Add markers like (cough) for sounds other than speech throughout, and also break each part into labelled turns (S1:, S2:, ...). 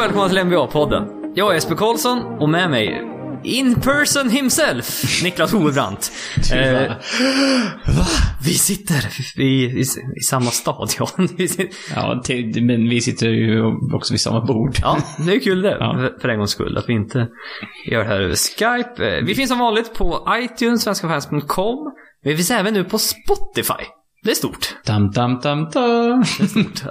S1: välkomna till NBA-podden. Jag är Jesper Karlsson och med mig, in person himself, Niklas Hovebrant. eh, va? Vi sitter i, i, i samma stad, ja. (laughs) Vi sitter-
S2: Ja, till, men vi sitter ju också vid samma bord.
S1: ja, det är kul det.
S2: Ja.
S1: För- För en gångs skull, att vi inte gör det här över Skype. Eh, Vi finns som vanligt på iTunes, svenskafans.com. Men vi finns även nu på Spotify. Det är stort.
S2: Dam, dam, dam, dam.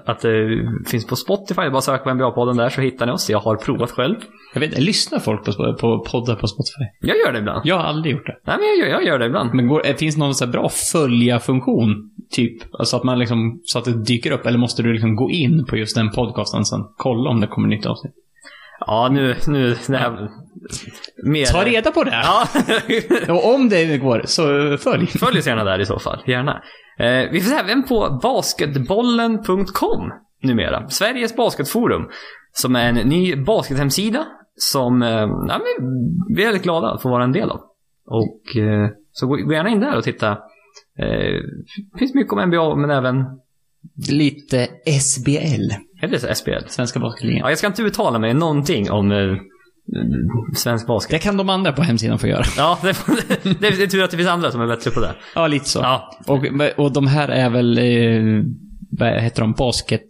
S1: Att det finns på Spotify. Det är bara att söka på NBA-podden där så hittar ni oss. Jag har provat själv.
S2: Jag vet inte, lyssnar folk på, Sp- på poddar på Spotify?
S1: Jag gör det ibland.
S2: Jag har aldrig gjort det.
S1: Nej, men jag gör, jag gör det ibland.
S2: Men går, eh, finns det någon så här bra följa-funktion? Typ, alltså att man liksom, så att det dyker upp. Eller måste du liksom gå in på just den podcasten sen? Kolla om det kommer nytt avsnitt.
S1: Ja, nu... nu det här, mer.
S2: Ta reda på det!
S1: Ja. (laughs)
S2: Och om det går, så eh, följ.
S1: Följ oss gärna där i så fall. Gärna. Eh, vi finns även på basketbollen.com numera. Sveriges Basketforum. Som är en ny baskethemsida som eh, ja, men vi är väldigt glada att få vara en del av. Och eh, så gå, gå gärna in där och titta. Eh, det finns mycket om NBA men även
S2: Lite SBL.
S1: är det så, SBL.
S2: Svenska Basketligan.
S1: Ja, jag ska inte uttala mig någonting om eh, svensk basket.
S2: Det kan de andra på hemsidan få göra.
S1: Ja, det, (laughs) det, det är tur att det finns andra som är bättre på det.
S2: Ja, lite så.
S1: Ja,
S2: Och, och de här är väl, eh, vad heter de, basket...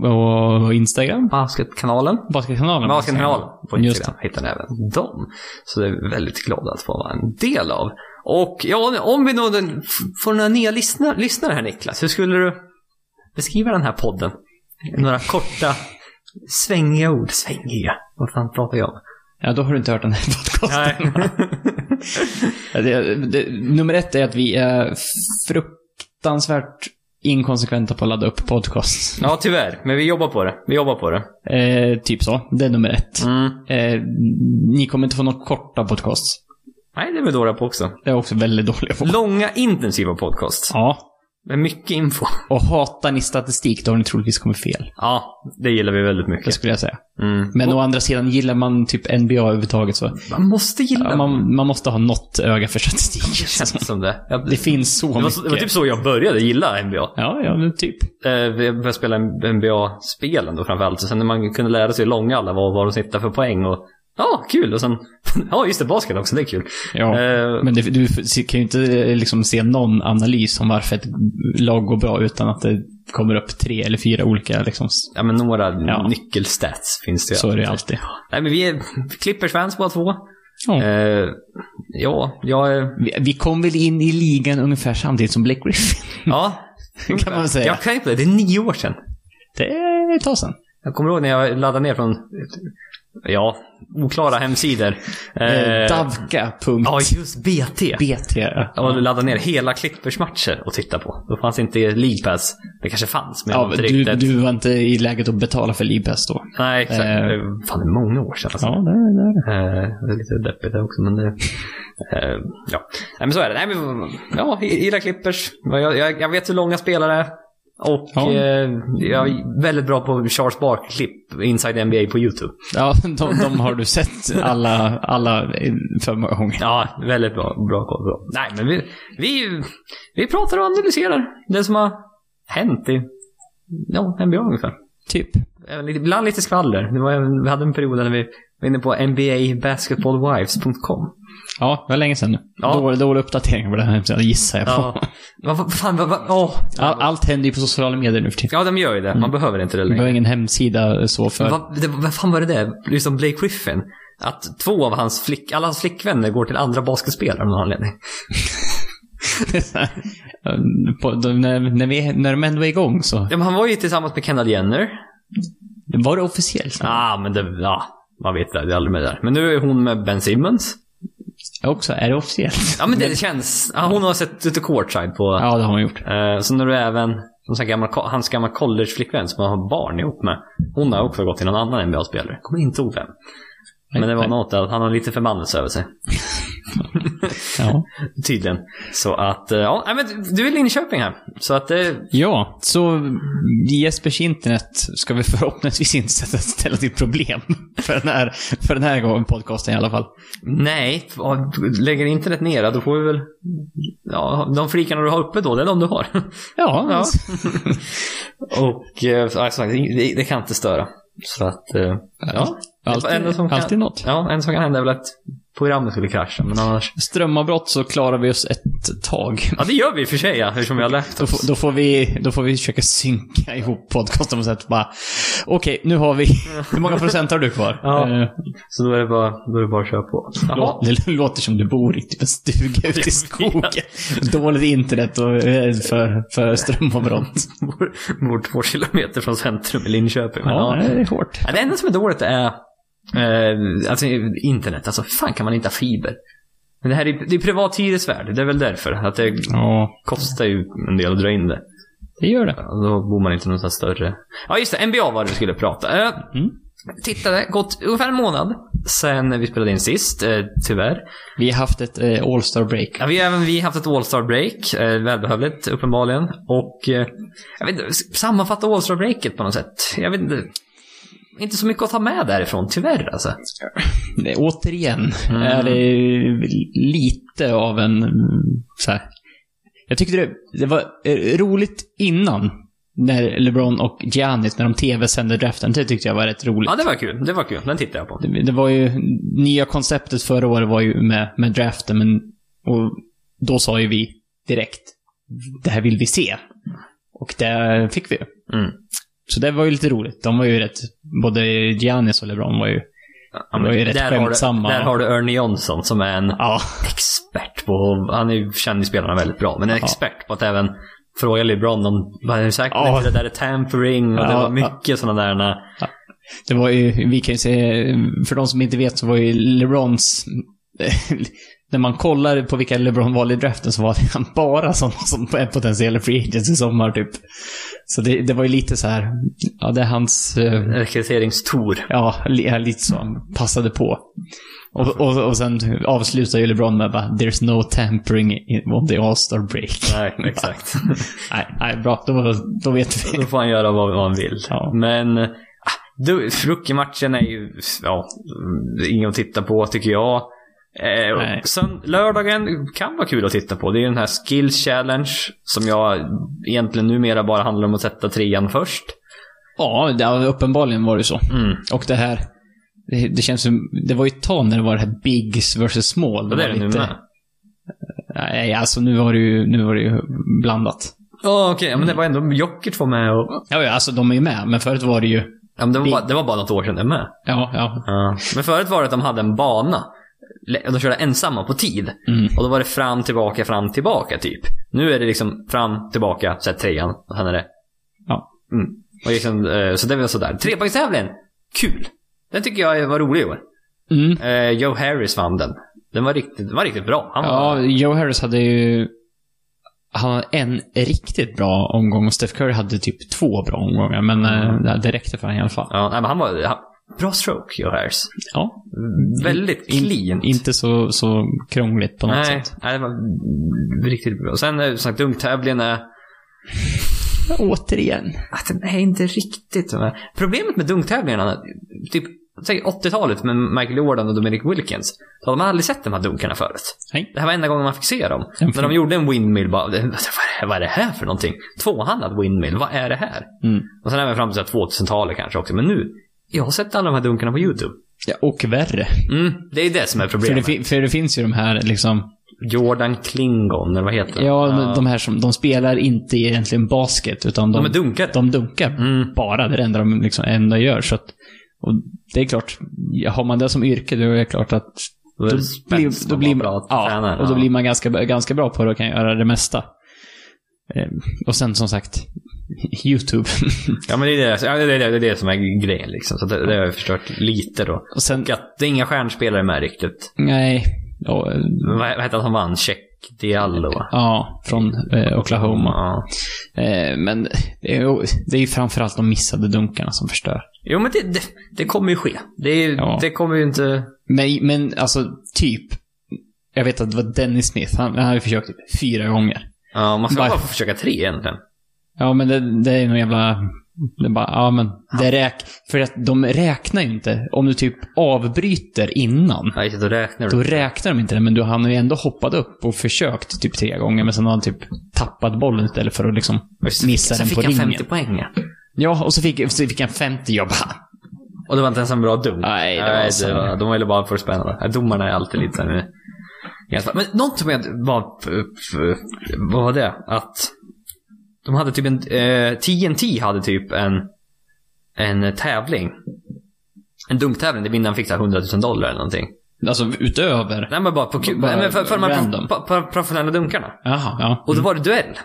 S2: På Instagram?
S1: Basketkanalen.
S2: Basketkanalen?
S1: Basketkanalen på
S2: Just
S1: Instagram hittar ni även dem. Så det är vi väldigt glada att få vara en del av. Och ja, om vi någon, f- får några nya lyssnare, lyssnare här Niklas, hur skulle du beskriva den här podden? Några korta, svängiga ord. Svängiga? Vad fan pratar jag om?
S2: Ja, då har du inte hört den här (laughs) podcasten.
S1: Nej.
S2: Det, det, nummer ett är att vi är fruktansvärt inkonsekventa på att ladda upp podcasts.
S1: (laughs) ja, tyvärr. Men vi jobbar på det. Vi jobbar på det.
S2: Eh, typ så. Det är nummer ett.
S1: Mm.
S2: Eh, ni kommer inte få några korta podcasts.
S1: Nej, det är vi dåliga på också.
S2: Det är också väldigt
S1: Mm.
S2: dåliga på.
S1: Långa, intensiva podcasts.
S2: Ja.
S1: Med mycket info.
S2: Och hatar ni statistik, då har ni troligtvis kommit fel.
S1: Ja, det gillar vi väldigt
S2: Det
S1: mycket.
S2: skulle jag säga.
S1: Mm.
S2: Men å andra sidan, gillar man typ NBA överhuvudtaget så...
S1: Man måste gilla
S2: Ja,
S1: ja,
S2: man, man måste ha något öga
S1: (laughs)
S2: för statistik. Alltså,
S1: känns som det. Jag,
S2: Det finns så
S1: det,
S2: mycket.
S1: var, det var typ så jag började gilla NBA.
S2: Ja, ja, men typ.
S1: Eh, Jag började spela NBA-spelen då framförallt. Och sen när man kunde lära sig hur långa alla var och vad de snittar för poäng och ja, kul. Och sen, (laughs) ja just det, basket också, det är kul.
S2: Ja.
S1: Eh,
S2: Men det, du kan ju inte eh, liksom se någon analys om varför ett lag går bra utan att det kommer upp tre eller fyra olika. Liksom.
S1: ja men några
S2: Ja.
S1: nyckelstats finns det ju.
S2: Så är det alltid.
S1: Nej men vi är Clippers-fans båda två.
S2: Ja.
S1: Eh, ja, jag är...
S2: Vi, vi kom väl in i ligan ungefär samtidigt som Blake Griffin. (laughs)
S1: Ja.
S2: Kan man säga.
S1: Jag kan inte det. Det är nio år sedan.
S2: Det är ett tag sedan.
S1: Jag kommer ihåg när jag laddade ner från, ja, oklara hemsidor.
S2: Eh,
S1: Eh, ja,
S2: Davka.bt.
S1: just BT. Och laddade ner hela Clippers matcher och titta på. Då fanns inte League Pass. Det kanske fanns, men jag
S2: Ja,
S1: var inte
S2: du,
S1: riktigt...
S2: du var inte i läget att betala för Libes då.
S1: Nej, exakt.
S2: eh,
S1: Eh, Fan, det är många år sedan. Alltså.
S2: Ja, det är det.
S1: Eh, det är lite deppigt det också, men det... Eh, ja. Nej, men så är det. Nej, men, ja, gillar Clippers. Jag, jag, jag vet hur långa spelare är. Och
S2: Ja.
S1: eh, jag är väldigt bra på Charles Barkley-klipp, Inside NBA på YouTube.
S2: Ja, de, de har du sett alla, alla eh, för många gånger.
S1: Ja, väldigt bra, bra koll. Bra. Nej, men vi, vi, vi pratar och analyserar det som har hänt i ja, NBA ungefär.
S2: Typ.
S1: Även lite- Ibland lite skvaller. Det var, en- vi hade en period när vi var inne på nbabasketballwives.com.
S2: Ja, det var länge sedan nu.
S1: Ja.
S2: Dålig, dålig uppdatering på den här hemsidan, gissar jag på.
S1: Ja. (laughs) Vad vad fan, vad, vad, åh.
S2: All, allt händer ju på sociala medier nu för tiden.
S1: Ja, de gör ju det. Man behöver inte det
S2: Vi har
S1: längre.
S2: ingen hemsida eh, så för...
S1: Vad, det, vad fan var det där? Just om Blake Griffin. Att två av hans flick, alla hans flickvänner går till andra basketspelare av någon anledning.
S2: (laughs) på de, när, när, vi, när de ändå är igång så...
S1: Ja, men han var ju tillsammans med Kendall Jenner.
S2: Var det officiellt?
S1: Ja, ah, men det, ja. Man vet det, det är aldrig med det där. Men nu är hon med Ben Simmons.
S2: Ja, Också, är det officiellt?
S1: Ja, men det känns. Ja, hon har sett ute courtside på...
S2: Ja, det har man gjort.
S1: Eh, sen har du även som sagt, gammal, hans gamla collegeflickvän som han har barn ihop med. Hon har också gått till någon annan NBA-spelare. Kommer inte ihåg vem. Men det var
S2: Nej.
S1: något att han har lite förbannelse över sig.
S2: Ja.
S1: Tydligen. Så att, eh, ja, nej, men du är Linköping här. Så att, eh,
S2: ja, så Jespers internet ska vi förhoppningsvis inte sätta- ställa till problem. (laughs) För den här, för den här gången podcasten i alla fall.
S1: nej, ja, lägger internet ner, då får vi väl, ja, de flikarna du har uppe då, det är de du har. (laughs)
S2: Ja,
S1: Ja. Och, eh, ja, som sagt, det, det kan inte störa. Så att, eh, ja.
S2: Alltid,
S1: Det enda som kan-
S2: alltid något.
S1: Ja, en sak kan hända är väl att programmet skulle krascha, men annars...
S2: Strömavbrott så klarar vi oss ett tag.
S1: Ja, det gör vi i och för sig, ja, eftersom vi har lärt
S2: Då, får-
S1: oss.
S2: då, får vi, då får vi försöka synka ihop podcasten på sätt bara... Okej, nu
S1: (laughs)
S2: har vi... Hur många procent har du kvar?
S1: Ja.
S2: Eh,
S1: Så då är det bara, då är det bara att köra på.
S2: lå- det låter som du bor i typ en
S1: (laughs)
S2: stuga ute i skogen. Dåligt internet och eh, för, för strömavbrott.
S1: Bor, bor två kilometer från centrum i Linköping. Men,
S2: Ja,
S1: ja.
S2: det är hårt.
S1: Ja, Det enda som är dåligt är eh, alltså, internet. Alltså, hur fan kan man inte ha fiber? Men det här är, det är privat hyresvärd. Det är väl därför. Att det
S2: Ja,
S1: kostar ju en del att dra in det.
S2: det gör det.
S1: Ja, Alltså, Då bor man inte någonstans större. Ja, just det. NBA var det vi skulle prata. Eh,
S2: Mm.
S1: Tittade, gått ungefär en månad sen vi spelade in sist, eh, tyvärr.
S2: Vi har haft ett eh, All Star break.
S1: Ja, vi har även vi haft ett All-Star break, eh, välbehövligt uppenbarligen. Och eh, jag vet inte, s- sammanfatta All-Star breaket på något sätt. Jag vet inte. Inte så mycket att ta med därifrån, tyvärr alltså.
S2: Det, återigen
S1: Mm.
S2: är det lite av en... mm, Så här, jag tyckte det, det var eh, roligt innan. När LeBron och Giannis, när de tv-sände draften, det tyckte jag var rätt roligt.
S1: Ja, det var kul. Det var kul. Den tittade jag på.
S2: Det, det var ju, nya konceptet förra året var ju med, med draften, men och då sa ju vi direkt, det här vill vi se. Och det fick vi.
S1: Mm.
S2: Så det var ju lite roligt. De var ju rätt, både Giannis och LeBron var ju,
S1: Ja,
S2: Det var ju rätt
S1: där, har du,
S2: skämtsamma.
S1: där har du Ernie Johnson som är en
S2: ja,
S1: expert på... Han är ju känd i spelarna väldigt bra, men en
S2: Ja.
S1: expert på att även fråga LeBron om... Han är säker
S2: Ja.
S1: på det där är tampering och det
S2: Ja,
S1: var mycket sådana där... när-
S2: Det var ju, vi kan ju se, för de som inte vet så var ju LeBrons, (laughs) när man kollar på vilka LeBron valde i draften så var han (laughs) bara sådana som är potentiella free agents i sommar typ. Så det, det var ju lite så här, ja det är hans, eh,
S1: Rekryteringstour.
S2: ja li- lite så, han passade på. Och, och, och sen avslutar ju LeBron med bara, there's no tampering in- on the all-star break.
S1: Nej, exakt.
S2: (laughs) nej, nej, bra, då, då vet
S1: (laughs)
S2: vi.
S1: Då får han göra vad vad han vill.
S2: Ja.
S1: Men ah, du, rookie-matchen är ju ja, ingen att titta på tycker jag. Eh,
S2: Nej.
S1: och sen, lördagen kan vara kul att titta på. Det är ju den här skills challenge som jag egentligen numera bara handlar om att sätta trean först.
S2: Ja, det, uppenbarligen var det ju så.
S1: Mm.
S2: Och det här, det, det känns som, det var ju ett tag när det var det här bigs versus small.
S1: Och det är
S2: var
S1: det nu med.
S2: Nej, alltså nu var det ju, nu var det ju blandat.
S1: Ja, okej. ja, Men det var ändå Jokic var med och...
S2: Ja, ja, alltså de är ju med, men förut var det ju,
S1: Ja, men det, var bara, det var bara något år sedan det med.
S2: ja, ja.
S1: Ja. Men förut var det att de hade en bana. Le- och De körde ensamma på tid.
S2: Mm.
S1: Och då var det fram, tillbaka, fram, tillbaka typ. Nu är det liksom fram, tillbaka, så här trean. Och sen är det...
S2: Ja.
S1: Mm. Och liksom, eh, så det var sådär. Trepoängstävlingen. Kul. Den tycker jag var rolig i år.
S2: Mm.
S1: Eh, Joe Harris vann den. Den var riktigt, den var riktigt bra. Han var,
S2: Ja, Joe Harris hade ju, han hade en riktigt bra omgång och Steph Curry hade typ två bra omgångar, men
S1: Mm.
S2: eh, det räckte för honom i alla fall.
S1: ja, nej, men han var han, bra stroke, Joe Harris.
S2: Ja,
S1: Väldigt
S2: Mm. in-
S1: clean.
S2: inte så, så krångligt på något
S1: nej,
S2: sätt.
S1: nej, det var riktigt bra. Och sen eh, som sagt, dunktävlingen är...
S2: Återigen.
S1: Att den är inte riktigt... de här- Problemet med dunktävlingarna, typ säg 80-talet med Michael Jordan och Dominic Wilkins. Då hade man aldrig sett de här dunkarna förut.
S2: Nej.
S1: Det här var enda gången man fick se dem.
S2: En
S1: När de
S2: fin-
S1: gjorde en windmill bara, (laughs) "Det- vad är det- vad är det här för någonting? Tvåhandad windmill, vad är det här?
S2: Mm.
S1: Och sen även fram till så här 2000-talet kanske också, men nu. Jag har sett alla de här dunkarna på YouTube.
S2: Ja, och värre.
S1: Mm, det är det som är
S2: För det,
S1: problemet.
S2: fi- för det finns ju de här liksom,
S1: Jordan Klingon, eller vad heter
S2: Ja, de här som, de spelar inte egentligen basket, utan de,
S1: de är
S2: de,
S1: dunkade.
S2: dunkar
S1: Mm.
S2: bara. Det är det enda de liksom, enda gör. Så att, och det är klart, har man det som yrke, då är det klart att
S1: Då är
S2: då
S1: det spänst
S2: blir, då
S1: och
S2: blir
S1: bara
S2: man,
S1: bra
S2: ja,
S1: tränare.
S2: och då
S1: Ja.
S2: blir man ganska, ganska bra på det och kan göra det mesta. Eh, Och sen som sagt, (laughs) YouTube. (laughs)
S1: Ja, men det är det, ja, det, är det, det, är det som är grejen liksom. Så det, det har jag förstört lite då.
S2: och sen,
S1: Och att det är inga stjärnspelare med riktigt.
S2: nej, ja, eh,
S1: Men Vad, vad hette han som vann? Check Diallo? va?
S2: ja, från eh, Oklahoma.
S1: Ja.
S2: Eh, men det är, ju- det är ju framförallt de missade dunkarna som förstör.
S1: Jo, men det, det, det kommer ju ske. Det, är-
S2: Ja.
S1: det kommer ju inte...
S2: Men, men alltså, typ. Jag vet att det var Dennis Smith. Han, han hade försökt typ fyra gånger.
S1: Ja, man ska
S2: Bara-
S1: bara få försöka tre egentligen.
S2: Ja, men det, det är nog jävla... Det är bara, ja men, det räk... För att de räknar ju inte. Om du typ avbryter innan,
S1: Ja, just det, då räknar
S2: då
S1: du.
S2: räknar de inte det. Men du han har ju ändå hoppat upp och försökt typ tre gånger, men sen har han typ tappat bollen istället för att liksom
S1: Just det,
S2: missa
S1: så
S2: den på
S1: fick han
S2: ringen.
S1: 50 poäng. ja.
S2: Ja, och så fick, så fick han 50. Jag bara,
S1: Och det var inte ens en bra dunk.
S2: Nej, det var
S1: Nej,
S2: så-
S1: var, de ville bara få det spännande. Ja, Domarna är alltid lite så här, eh, ganska- Men något med, bara, f- f- vad var det? Att de hade typ en, eh, TNT hade typ en, en tävling. En dunktävling där vinnaren fick så här 100 000 dollar eller någonting.
S2: (laughs) Alltså utöver?
S1: Nej men bara på kul.
S2: Bara
S1: Nej, men för, för de här
S2: random. Mm.
S1: pro- pro- professionella dunkarna.
S2: Jaha, ja.
S1: Och då var det duell.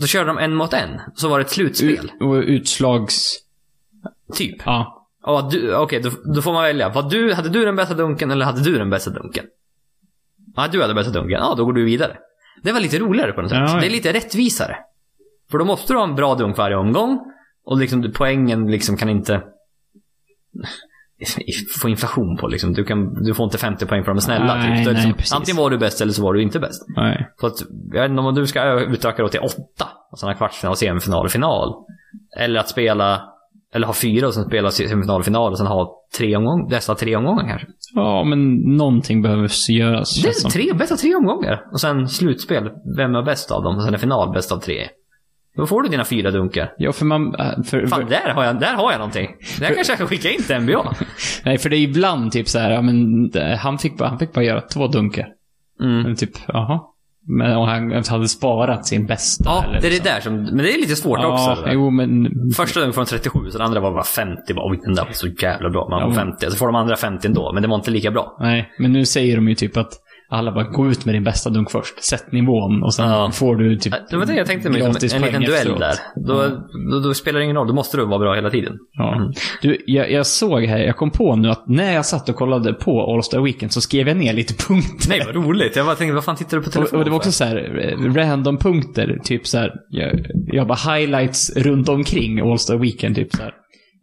S1: Då körde de en mot en. Så var det ett slutspel.
S2: U- och utslags...
S1: Typ.
S2: Ja.
S1: Ja, du, okej, då, då får man välja. Vad du, hade du den bästa dunken eller hade du den bästa dunken? Ja, du hade den bästa dunken. Ja, då går du vidare. Det var lite roligare på något sätt.
S2: Ja, ja.
S1: Det är lite rättvisare. För då måste du ha en bra dunk varje omgång. Och liksom, poängen liksom kan inte (laughs) få inflation på. Liksom. Du, kan, du får inte 50 poäng för de är snälla.
S2: Nej,
S1: typ. Då är det
S2: nej,
S1: liksom,
S2: precis.
S1: antingen var du bäst eller så var du inte bäst.
S2: Nej.
S1: Så att, jag vet inte om du ska ö- utöka då till åtta. Och sen ha kvartsfinal, semifinal och final. Eller att spela, eller ha fyra och sen spela semifinal och final och sen ha tre omgång, dessa tre omgångar kanske.
S2: Ja, men någonting behövs göras.
S1: Det
S2: känns
S1: är
S2: som.
S1: tre, bästa tre omgångar. Och sen slutspel, vem är bäst av dem? Och sen är final, bäst av tre. Då får du dina fyra dunkar.
S2: Ja, för man... äh, För,
S1: Fan,
S2: för,
S1: där har jag, där har jag någonting. Där kanske jag kan skicka in till NBA.
S2: nej, för det är ibland typ så här, ja men eh, han fick, bara, han fick bara göra två dunkar.
S1: Mm.
S2: Men typ, jaha. Men om han hade sparat sin bästa.
S1: Ja,
S2: eller
S1: det är det
S2: liksom.
S1: där som, men det är lite svårt också. det
S2: Ja,
S1: där.
S2: jo men...
S1: Första dunken från 37, så den andra var bara 50. Bara, Oj, den där var så jävla bra. Man
S2: Ja,
S1: får
S2: men-
S1: 50. Så får de andra 50 ändå, men det var inte lika bra.
S2: Nej, men nu säger de ju typ att alla bara gå ut med din bästa dunk först. Sätt nivån och sen
S1: Ja.
S2: får du typ
S1: Det var det jag tänkte med
S2: gratis
S1: liksom, en liten
S2: poäng
S1: duell
S2: efteråt.
S1: där. Då, Mm. då, då spelar det ingen roll, då måste du vara bra hela tiden.
S2: Ja. Du, jag, jag såg här, jag kom på nu att när jag satt och kollade på All Star Weekend så skrev jag ner lite punkter.
S1: Nej, vad roligt. Jag bara tänkte, vad fan tittar du på
S2: Och,
S1: telefonen
S2: och det var också så här, eh, random punkter. Typ så här, jag, jag bara highlights runt omkring All Star Weekend. Typ så här.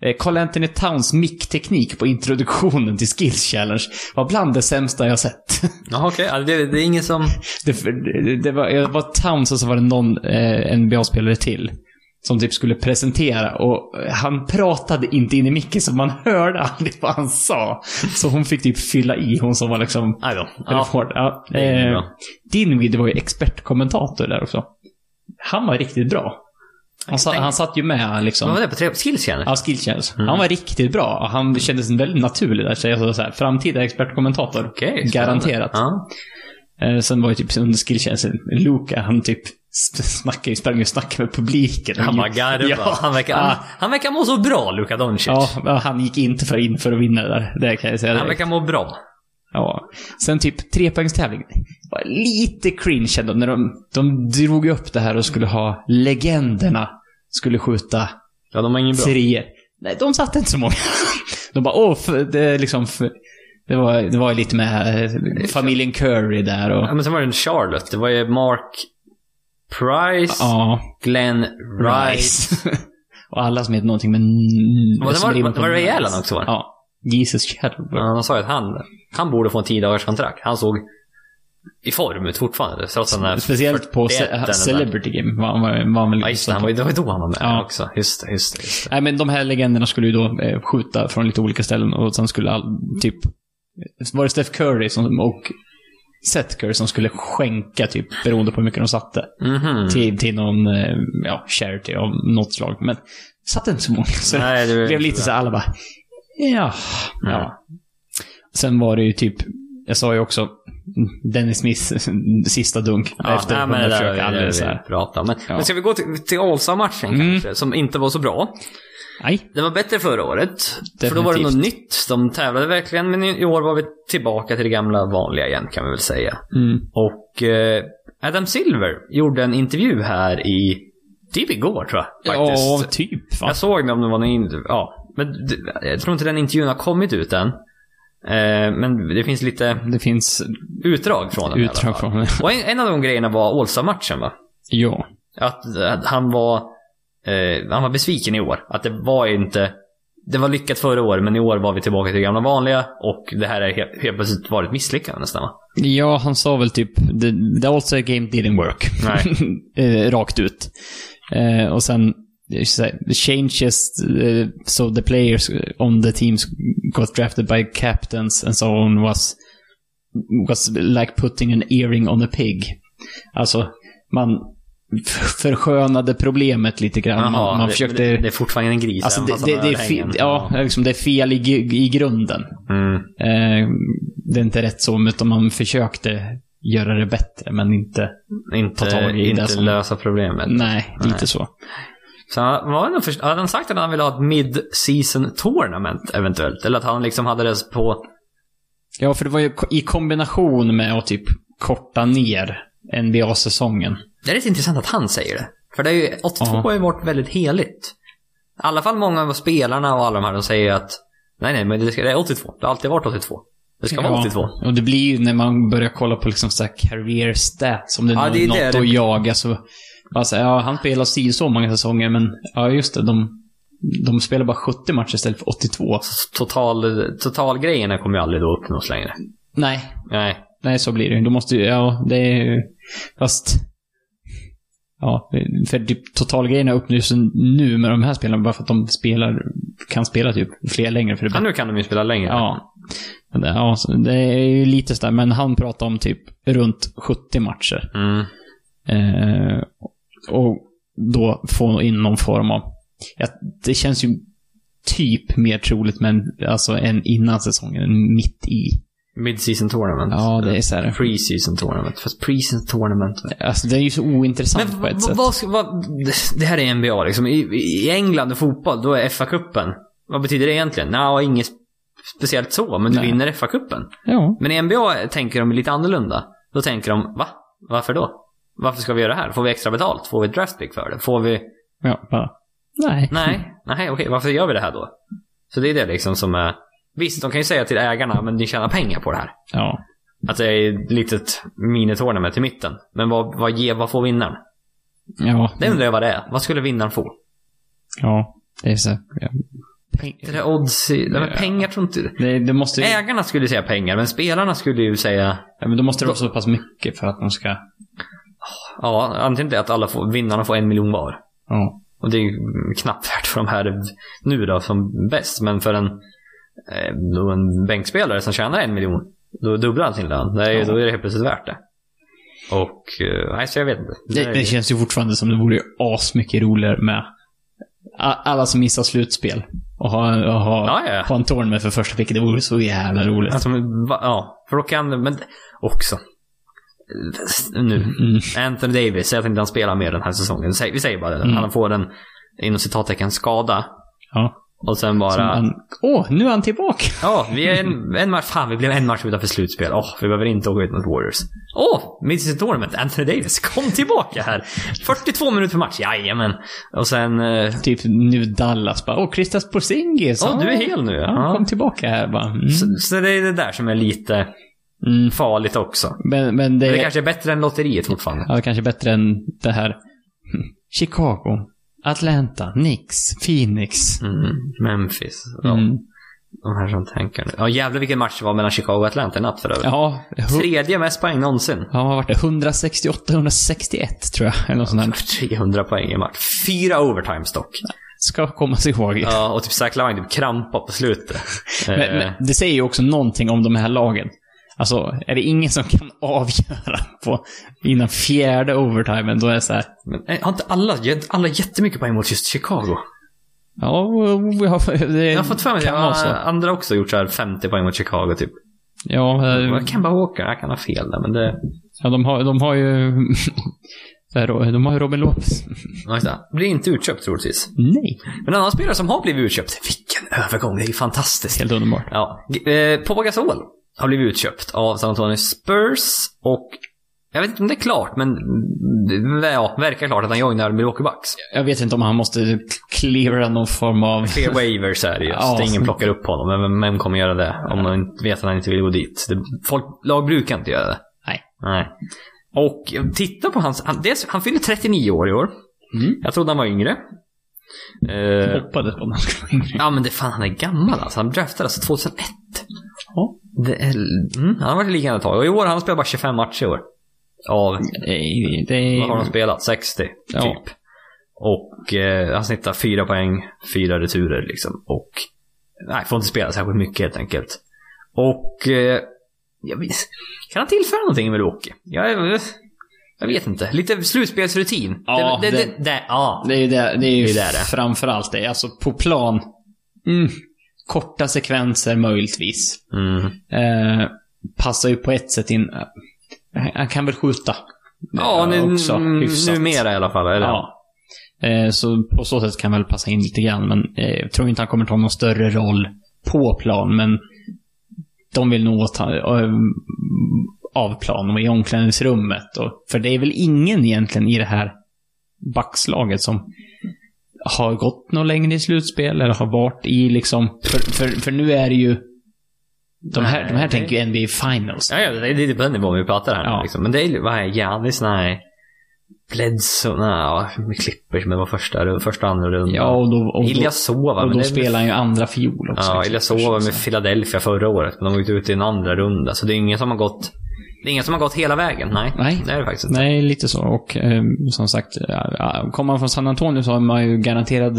S2: Eh, Carl Anthony Towns mickteknik på introduktionen till Skills Challenge var bland det sämsta jag sett. (laughs)
S1: Jaha, okej. Ja, det, det är ingen som...
S2: Det, det, det var, jag var Towns och så var det någon eh, NBA-spelare till. Som typ skulle presentera och han pratade inte in i micken så man hörde aldrig vad han sa. Så hon fick typ fylla i, hon som var liksom...
S1: Nej då. Ah, Ja.
S2: Ja, ja,
S1: det är
S2: eh,
S1: bra.
S2: Dinwiddie var ju expertkommentator där också. Han var riktigt bra. Han, sa, han satt ju med liksom.
S1: Vad var det på tre? Skills igen?
S2: Ja, skillchance.
S1: Mm.
S2: Han var riktigt bra. och Han kändes väldigt naturlig där. Så jag sa så här, framtida expertkommentator.
S1: Okej. spännande.
S2: Garanterat.
S1: Ja.
S2: Eh, Sen var ju typ under skilltjänsten, Luca, han typ snackade, ju- sprang och snackade med publiken.
S1: Han bara garvar.
S2: Ja,
S1: Han, verkar, han, han verkar må så bra, Luka Doncic.
S2: ja, ja, han gick inte för in för att vinna det där. Det kan jag säga
S1: Han
S2: direkt.
S1: verkar må bra.
S2: Ja. Sen typ trepoängstävling. Var lite cringe ändå när de, de drog upp det här och skulle ha legenderna skulle skjuta
S1: Ja, de har ingen bra.
S2: treor. Nej, de satte inte så många. (laughs) De bara, åh, för- det är liksom... För, det var, det var ju lite med eh, familjen Curry där och...
S1: Ja, men sen var det en Charlotte. Det var ju Mark Price,
S2: Ja.
S1: Glenn Rice.
S2: Rice. (laughs) och alla som heter någonting med... n-
S1: Och det
S2: som
S1: var-
S2: rimmar
S1: det
S2: på
S1: var Ray
S2: nice.
S1: Allen också, va?
S2: Ja. Jesus Chadwick.
S1: Ja, Han sa ju att han, han borde få en 10 dagars kontrakt. Han såg i form ut fortfarande. Trots att han är
S2: Speciellt på
S1: 41 eller
S2: ce-
S1: nåt.
S2: Celebrity Game var han, var, var han väl
S1: Ja, just det. Han var, ju- det var ju då han var med
S2: Ja.
S1: också. Just det, just det. Just det.
S2: Nej, men de här legenderna skulle ju då eh, skjuta från lite olika ställen och sen skulle all, typ... Var det Steph Curry som, och Seth Curry som skulle skänka, typ, beroende på hur mycket de satte,
S1: Mhm.
S2: till, till någon eh, ja, charity av något slag. Men satte inte så många. Så
S1: Nej, det
S2: (laughs) Det blev
S1: inte
S2: lite
S1: bra.
S2: så här, alla bara, ja,
S1: Mm.
S2: ja. Sen var det ju typ, jag sa ju också, Dennis Smiths (laughs) sista dunk
S1: Ja,
S2: efter
S1: nej, men det där
S2: 100 försök.
S1: har vi-
S2: Alldeles
S1: det
S2: så
S1: har vi
S2: här.
S1: pratat om. Men,
S2: Ja.
S1: men ska vi gå till, till Alsa-matchen
S2: Mm.
S1: kanske, som inte var så bra.
S2: Nej,
S1: Den var bättre förra året. För då var det något
S2: Definitivt.
S1: nytt. De tävlade verkligen, men i i år var vi tillbaka till det gamla vanliga igen, kan vi väl säga. Och eh, Adam Silver gjorde en intervju här i, typ igår tror jag. Faktiskt.
S2: ja, typ. Fan.
S1: Jag såg det om det var någon in- Ja, men det- jag tror inte den intervjun har kommit ut än. Eh, Men det finns lite
S2: Det finns
S1: utdrag från den i alla
S2: utdrag
S1: fall.
S2: från det.
S1: Och en, en av de grejerna var Ålsa-matchen va?
S2: Ja.
S1: Att, att han var eh, Han var besviken i år. Att det var inte Det var lyckat förra året men i år var vi tillbaka till det gamla vanliga och det här är helt, helt plötsligt varit misslyckande nästan va?
S2: Ja, han sa väl typ the, the all-star game didn't work.
S1: Nej.
S2: (laughs) Eh, Rakt ut. Eh, och sen det är så här, the changes eh, so the players on the teams got drafted by captains and so on was was like putting an earring on a pig. Alltså, man f- förskönade problemet lite grann. man, man
S1: det-
S2: försökte...
S1: det, det är fortfarande en gris.
S2: Alltså
S1: även
S2: det,
S1: fast
S2: det,
S1: han
S2: det, är
S1: har
S2: fe-
S1: hängen.
S2: ja, liksom det är fel i, gu- i grunden.
S1: Mm.
S2: Eh, det är inte rätt så, utan man försökte göra det bättre, men inte...
S1: Inte,
S2: Ta tag i det
S1: inte
S2: som-
S1: lösa problemet.
S2: Nej, lite så.
S1: Så han var nog först- hade han sagt att han ville ha ett mid-season tournament eventuellt? Eller att han liksom hade det på...
S2: Ja, för det var ju ko- i kombination med att typ korta ner NBA-säsongen.
S1: Det är rätt intressant att han säger det. För det är ju, 82
S2: Ja.
S1: har ju varit väldigt heligt. I alla fall många av spelarna och alla de här, de säger att nej, nej, men det, ska, det är 82. Det har alltid varit 82. Det ska vara 82.
S2: Ja, och det blir ju när man börjar kolla på liksom så här career stats, om det är
S1: Ja,
S2: nå-
S1: det är
S2: något
S1: det.
S2: att jaga så... Bara så här, ja, han spelar si så många säsonger, men ja, just det, de, de spelar bara 70 matcher istället för 82.
S1: Total, totalgrejerna kommer ju aldrig då uppnås längre.
S2: Nej,
S1: Nej.
S2: Nej, så blir det ju. Då måste ju, ja, det är ju... Fast... Ja, för typ totalgrejerna uppnås nu med de här spelarna bara för att de spelar, kan spela typ fler längre för det är
S1: Ja,
S2: bättre.
S1: nu kan de ju spela längre.
S2: Ja. Men det- Ja, så det är ju lite sådär, men han pratar om typ runt 70 matcher.
S1: Mm.
S2: Eh, och då få in någon form av... Ja, det känns ju typ mer troligt, men alltså än innan säsongen, än mitt i.
S1: Mid-season tournament.
S2: Ja, det är så här.
S1: Pre-season tournament. Fast pre-season tournament.
S2: Alltså, det är ju så
S1: Men
S2: ointressant på
S1: v-
S2: ett
S1: v-
S2: sätt.
S1: vad ska, vad, det här är NBA liksom. I, I England och fotboll, då är FA-cupen. Vad betyder det egentligen? Nja, inget speciellt så, men du
S2: Nej.
S1: vinner FA-cupen.
S2: Ja.
S1: Men i NBA tänker de lite annorlunda. Då tänker de, va? Varför då? Varför ska vi göra det här? Får vi extra betalt? Får vi ett draftpick för det? Får vi...
S2: Ja, bara, nej. (laughs)
S1: Nej, nej, okej, varför gör vi det här då? Så det är det liksom som är... Visst, de kan ju säga till ägarna, men ni tjänar pengar på det här.
S2: Ja.
S1: Att det är ett litet minitournament i mitten. Men vad, vad, ger, vad får vinnaren?
S2: Ja.
S1: Det undrar jag vad det är. Vad skulle vinnaren få?
S2: Ja. Det är så. här, Ja.
S1: Det där odds i, nej, men
S2: Ja.
S1: pengar tror inte...
S2: Det, det måste ju,
S1: Ägarna skulle säga pengar, men spelarna skulle ju säga...
S2: ja, men då måste det vara så pass mycket för att de ska...
S1: Ja, antingen det att alla får, vinnarna får en miljon var.
S2: Ja.
S1: Och det är ju knappt värt för de här nu då som bäst, men för en, eh, då en bänkspelare som tjänar en miljon, då dubblar han sin lön. Det är,
S2: Ja.
S1: Då är det helt plötsligt värt det. Och, eh, nej så jag vet inte.
S2: Det, det känns ju fortfarande som det vore ju asmycket roligare med a- alla som missar slutspel och ha, och ha,
S1: Ja, ja, ja.
S2: ha en torn med för första picket. Det vore så jävla roligt.
S1: Alltså, men va- ja, för då kan, men också. Nu,
S2: Mm.
S1: Anthony Davis, säg att inte han spelar mer den här säsongen. Säg- Vi säger bara det.
S2: Mm.
S1: Han får en, inom citattecken, skada.
S2: Ja.
S1: Och sen
S2: Som
S1: bara,
S2: man- Åh, nu är han tillbaka! (laughs)
S1: ja, vi är en, en match, fan vi blev en match utanför slutspel. Åh, vi behöver inte åka ut mot Warriors. Åh, oh, Midseason Tournament, Anthony Davis, kom tillbaka här. 42 minuter per match, jajamän. Och sen, eh,
S2: Typ nu Dallas bara, åh, Kristaps Porzingis!
S1: åh,
S2: Ja,
S1: du är hel nu.
S2: Ja,
S1: Ja.
S2: kom tillbaka här bara. Mm.
S1: Så, så det är det där som är lite
S2: Mm.
S1: farligt också.
S2: Men, men
S1: Men
S2: det,
S1: det kanske är bättre än lotteriet fortfarande.
S2: Ja, kanske bättre än det här. Chicago, Atlanta, Knicks, Phoenix.
S1: Mm, Memphis. Ja,
S2: Mm.
S1: De här som tänker nu. Ja, jävlar vilken match det var mellan Chicago och Atlanta i natt för övrigt.
S2: Ja, hu-
S1: Tredje mest poäng någonsin.
S2: ja, vad vart det? 168-161 tror jag. Eller
S1: (laughs)
S2: något sånt där.
S1: 300 poäng i match. Fyra overtimes dock.
S2: Ska komma sig ihåg.
S1: Ja, och typ Zack Lavine typ krampa på slutet. Eh,
S2: (laughs) Men, men det säger ju också någonting om de här lagen. Alltså, är det ingen som kan (laughs) avgöra på innan fjärde overtimen, då är det så här.
S1: men, eh, har inte alla, gör inte alla jättemycket poäng mot just Chicago?
S2: Ja, vi har, det
S1: Jag har fått för mig
S2: kan vara
S1: att
S2: så.
S1: eh, andra också har gjort så här 50 poäng mot Chicago typ.
S2: Ja, eh,
S1: Jag kan bara åka, jag kan ha fel där men det...
S2: ja de, har, de har ju... (laughs) det här- de har ju Robin Lopez.
S1: Ja, just det. Blir inte utköpt troligtvis.
S2: Nej.
S1: Men en annan spelare som har blivit utköpt, vilken övergång, det är ju fantastiskt.
S2: Helt underbart.
S1: Ja. G- Eh, Pau Gasol har blivit utköpt av San Antonio Spurs och jag vet inte om det är klart, men mm, det ja, verkar klart att han joinar Milwaukee Bucks.
S2: Jag vet inte om han måste cleara någon form av...
S1: Clear waivers är det ju.
S2: Ja.
S1: så det är ingen plockar upp honom. Men vem- vem kommer göra det om man inte vet att han inte vill gå dit? Det, folk, lag brukar inte göra det.
S2: Nej.
S1: Nej. Och titta på hans... Han, dels, han fyller 39 år i år.
S2: Mm.
S1: Jag trodde han var yngre. Eh,
S2: Hoppades på att han skulle vara yngre.
S1: Ja men det fan, han är gammal alltså. Han draftades 2001.
S2: Ja.
S1: Det är, mm, han har varit i ligan ett tag. Och i år, han har spelat bara 25 matcher i år. Av,
S2: Nej, det är...
S1: vad har han spelat? 60,
S2: Ja.
S1: typ. Och eh, han snittar fyra poäng, fyra returer liksom. Och, nej, får inte spela särskilt mycket helt enkelt. Och, eh, jag vet, kan han tillföra någonting i Milwaukee? Jag, är- Jag vet inte. Lite slutspelsrutin.
S2: Ja,
S1: det, det,
S2: det-
S1: det, det, ja.
S2: Det är ju det, det, är ju
S1: Det är där det.
S2: framförallt det. Alltså på plan. Mm, korta sekvenser möjligtvis.
S1: Mm.
S2: Eh, passar ju på ett sätt in. Han- Han kan väl skjuta.
S1: Ja,
S2: Eh,
S1: nu, mm,
S2: hyfsat.
S1: numera i alla fall. Eller?
S2: Ja. Eh, Så på så sätt kan väl passa in lite grann, men eh, jag tror inte han kommer ta någon större roll på plan, men de vill nog åt han, eh, av plan och i omklädningsrummet. Och, för det är väl ingen egentligen i det här backslaget som har gått något längre i slutspel eller har varit i liksom... För, för, för nu är det ju... De här, de
S1: Nej.
S2: här tänker ju NBA Finals.
S1: Ja, ja, det är lite på den nivån vi pratar här
S2: Ja.
S1: nu liksom. Men det är ju, vad är Giannis? Nej. Bledsoe? Nej, ja, med Clippers, men var första, första andra runda.
S2: Ja, och då, och då,
S1: Ilyasova,
S2: och
S1: men
S2: då
S1: det-
S2: spelar han ju andra fiol också.
S1: Ja,
S2: i
S1: Ilyasova
S2: Clippers,
S1: var
S2: så.
S1: med Philadelphia förra året, men de åkte ut i en andra runda. Så det är ingen som har gått, det är ingen som har gått hela vägen. Nej,
S2: Nej.
S1: det är det faktiskt inte.
S2: Nej, lite så. Och eh, som sagt, eh, kommer man från San Antonio så har man ju garanterat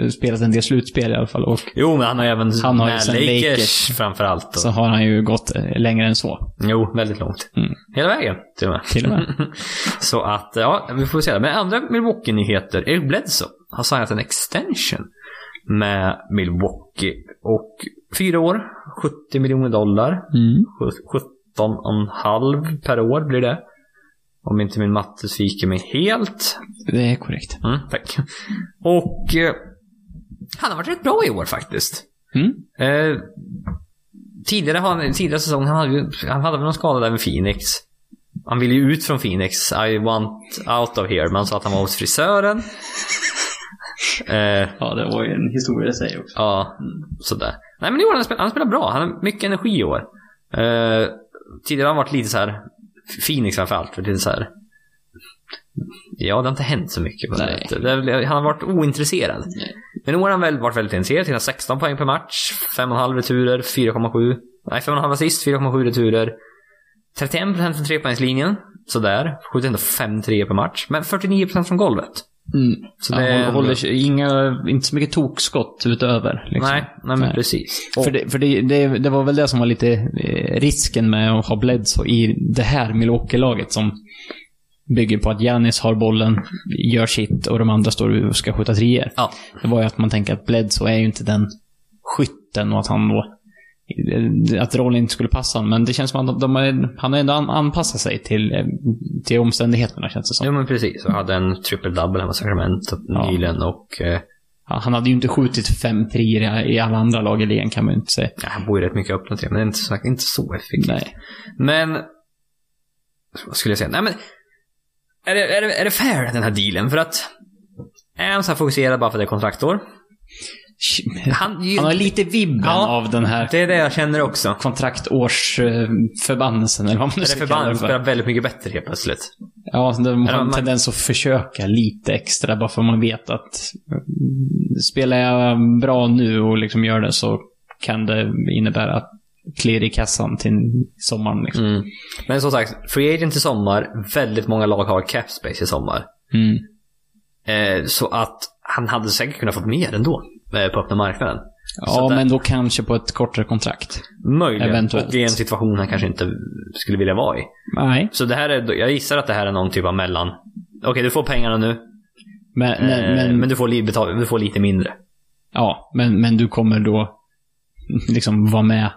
S2: eh, (laughs) spelat en del slutspel i alla fall. Och
S1: Jo, men han har ju även
S2: Han har ju
S1: med
S2: sen
S1: Lakers,
S2: Lakers.
S1: framförallt.
S2: så har han ju gått eh, längre än så.
S1: Jo, väldigt långt.
S2: Mm.
S1: Hela vägen till och med.
S2: Till och med.
S1: (laughs) Så att, ja, vi får se. Men andra Milwaukee-nyheter. Eric Bledsoe har signat en extension med Milwaukee. Och fyra år, 70 miljoner dollar.
S2: Mm.
S1: 17,5 per år blir det. Om inte min matte sviker mig helt.
S2: Det är korrekt.
S1: Mm, tack. Och eh, han har varit rätt bra i år faktiskt.
S2: Mm.
S1: Eh, tidigare, har han- tidigare säsong, han hade, ju- han hade väl någon skada där med Phoenix. Han ville ju ut från Phoenix. I want out of here. Men han sa att han var hos frisören. Eh,
S2: Ja, det var ju en historia i sig också.
S1: ja, sådär. Nej men i år, han spelar, han spelar bra. Han har mycket energi i år. Eh, tidigare har han varit lite så här Phoenix framförallt, för lite så här. Ja, det har inte hänt så mycket på det
S2: Nej.
S1: sättet. Det är väl- Han har varit ointresserad.
S2: Nej.
S1: Men nu har han väl varit väldigt intresserad. Han har 16 poäng per match, 5,5 returer, 4,7. Nej, 5,5 assist, 4,7 returer. 31% från trepoängslinjen. Sådär. Skjuter ändå 5 3 per match. Men 49% från golvet.
S2: Mm.
S1: Så
S2: Ja,
S1: det är
S2: han håller
S1: ändå-
S2: sig, inga, inte så mycket tokskott utöver. Liksom.
S1: Nej, nej men
S2: Nej.
S1: precis.
S2: För, det, för det, det, det var väl det som var lite eh, risken med att ha Bledsoe i det här Milwaukee-laget som bygger på att Giannis har bollen, gör sitt och de andra står och ska skjuta treor.
S1: Ja.
S2: Det var ju att man tänker att Bledsoe är ju inte den skytten och att han då... Att rollen inte skulle passa honom. Men det känns som att de, de är, han har ändå an, anpassat sig till, eh, till omständigheterna känns det som.
S1: Jo men precis. Jag hade en triple-double hemma i Sacramento
S2: Ja.
S1: nyligen och eh,
S2: Ja, Han hade ju inte skjutit fem treor i- i alla andra lag i ligan kan man ju inte säga.
S1: ja, han bor ju rätt mycket öppna tre, men det är inte så, inte så effektivt.
S2: Nej.
S1: Men, vad skulle jag säga? Nej men, är det, är, det, är det fair den här dealen? För att, är han så här fokuserad bara för det är kontraktår? Han,
S2: Han har lite vibben
S1: Ja.
S2: av den här
S1: det är det jag känner
S2: (laughs)
S1: också.
S2: kontraktårsförbannelsen eller vad man nu
S1: Det är
S2: ska kalla det
S1: förbannat
S2: för.
S1: spelar väldigt mycket bättre helt plötsligt.
S2: Ja, de har en
S1: man-
S2: tendens att försöka lite extra bara för man vet att mm, spelar jag bra nu och liksom gör det så kan det innebära klirr i kassan till sommaren. Liksom.
S1: Mm. Men som sagt, free agent i sommar. Väldigt många lag har cap space i sommar.
S2: Mm.
S1: Eh, så att han hade säkert kunnat fått mer ändå eh, på öppna marknaden.
S2: Ja,
S1: där-
S2: men då kanske på ett kortare kontrakt.
S1: Möjligen.
S2: Eventuellt.
S1: För Det är en situation han kanske inte skulle vilja vara i.
S2: Nej,
S1: Så det här är, jag gissar att det här är någon typ av mellan. Okej, du får pengarna nu.
S2: men,
S1: eh,
S2: men, men,
S1: men du, får li, betal, du får lite mindre.
S2: ja, men, men du kommer då (laughs) liksom vara med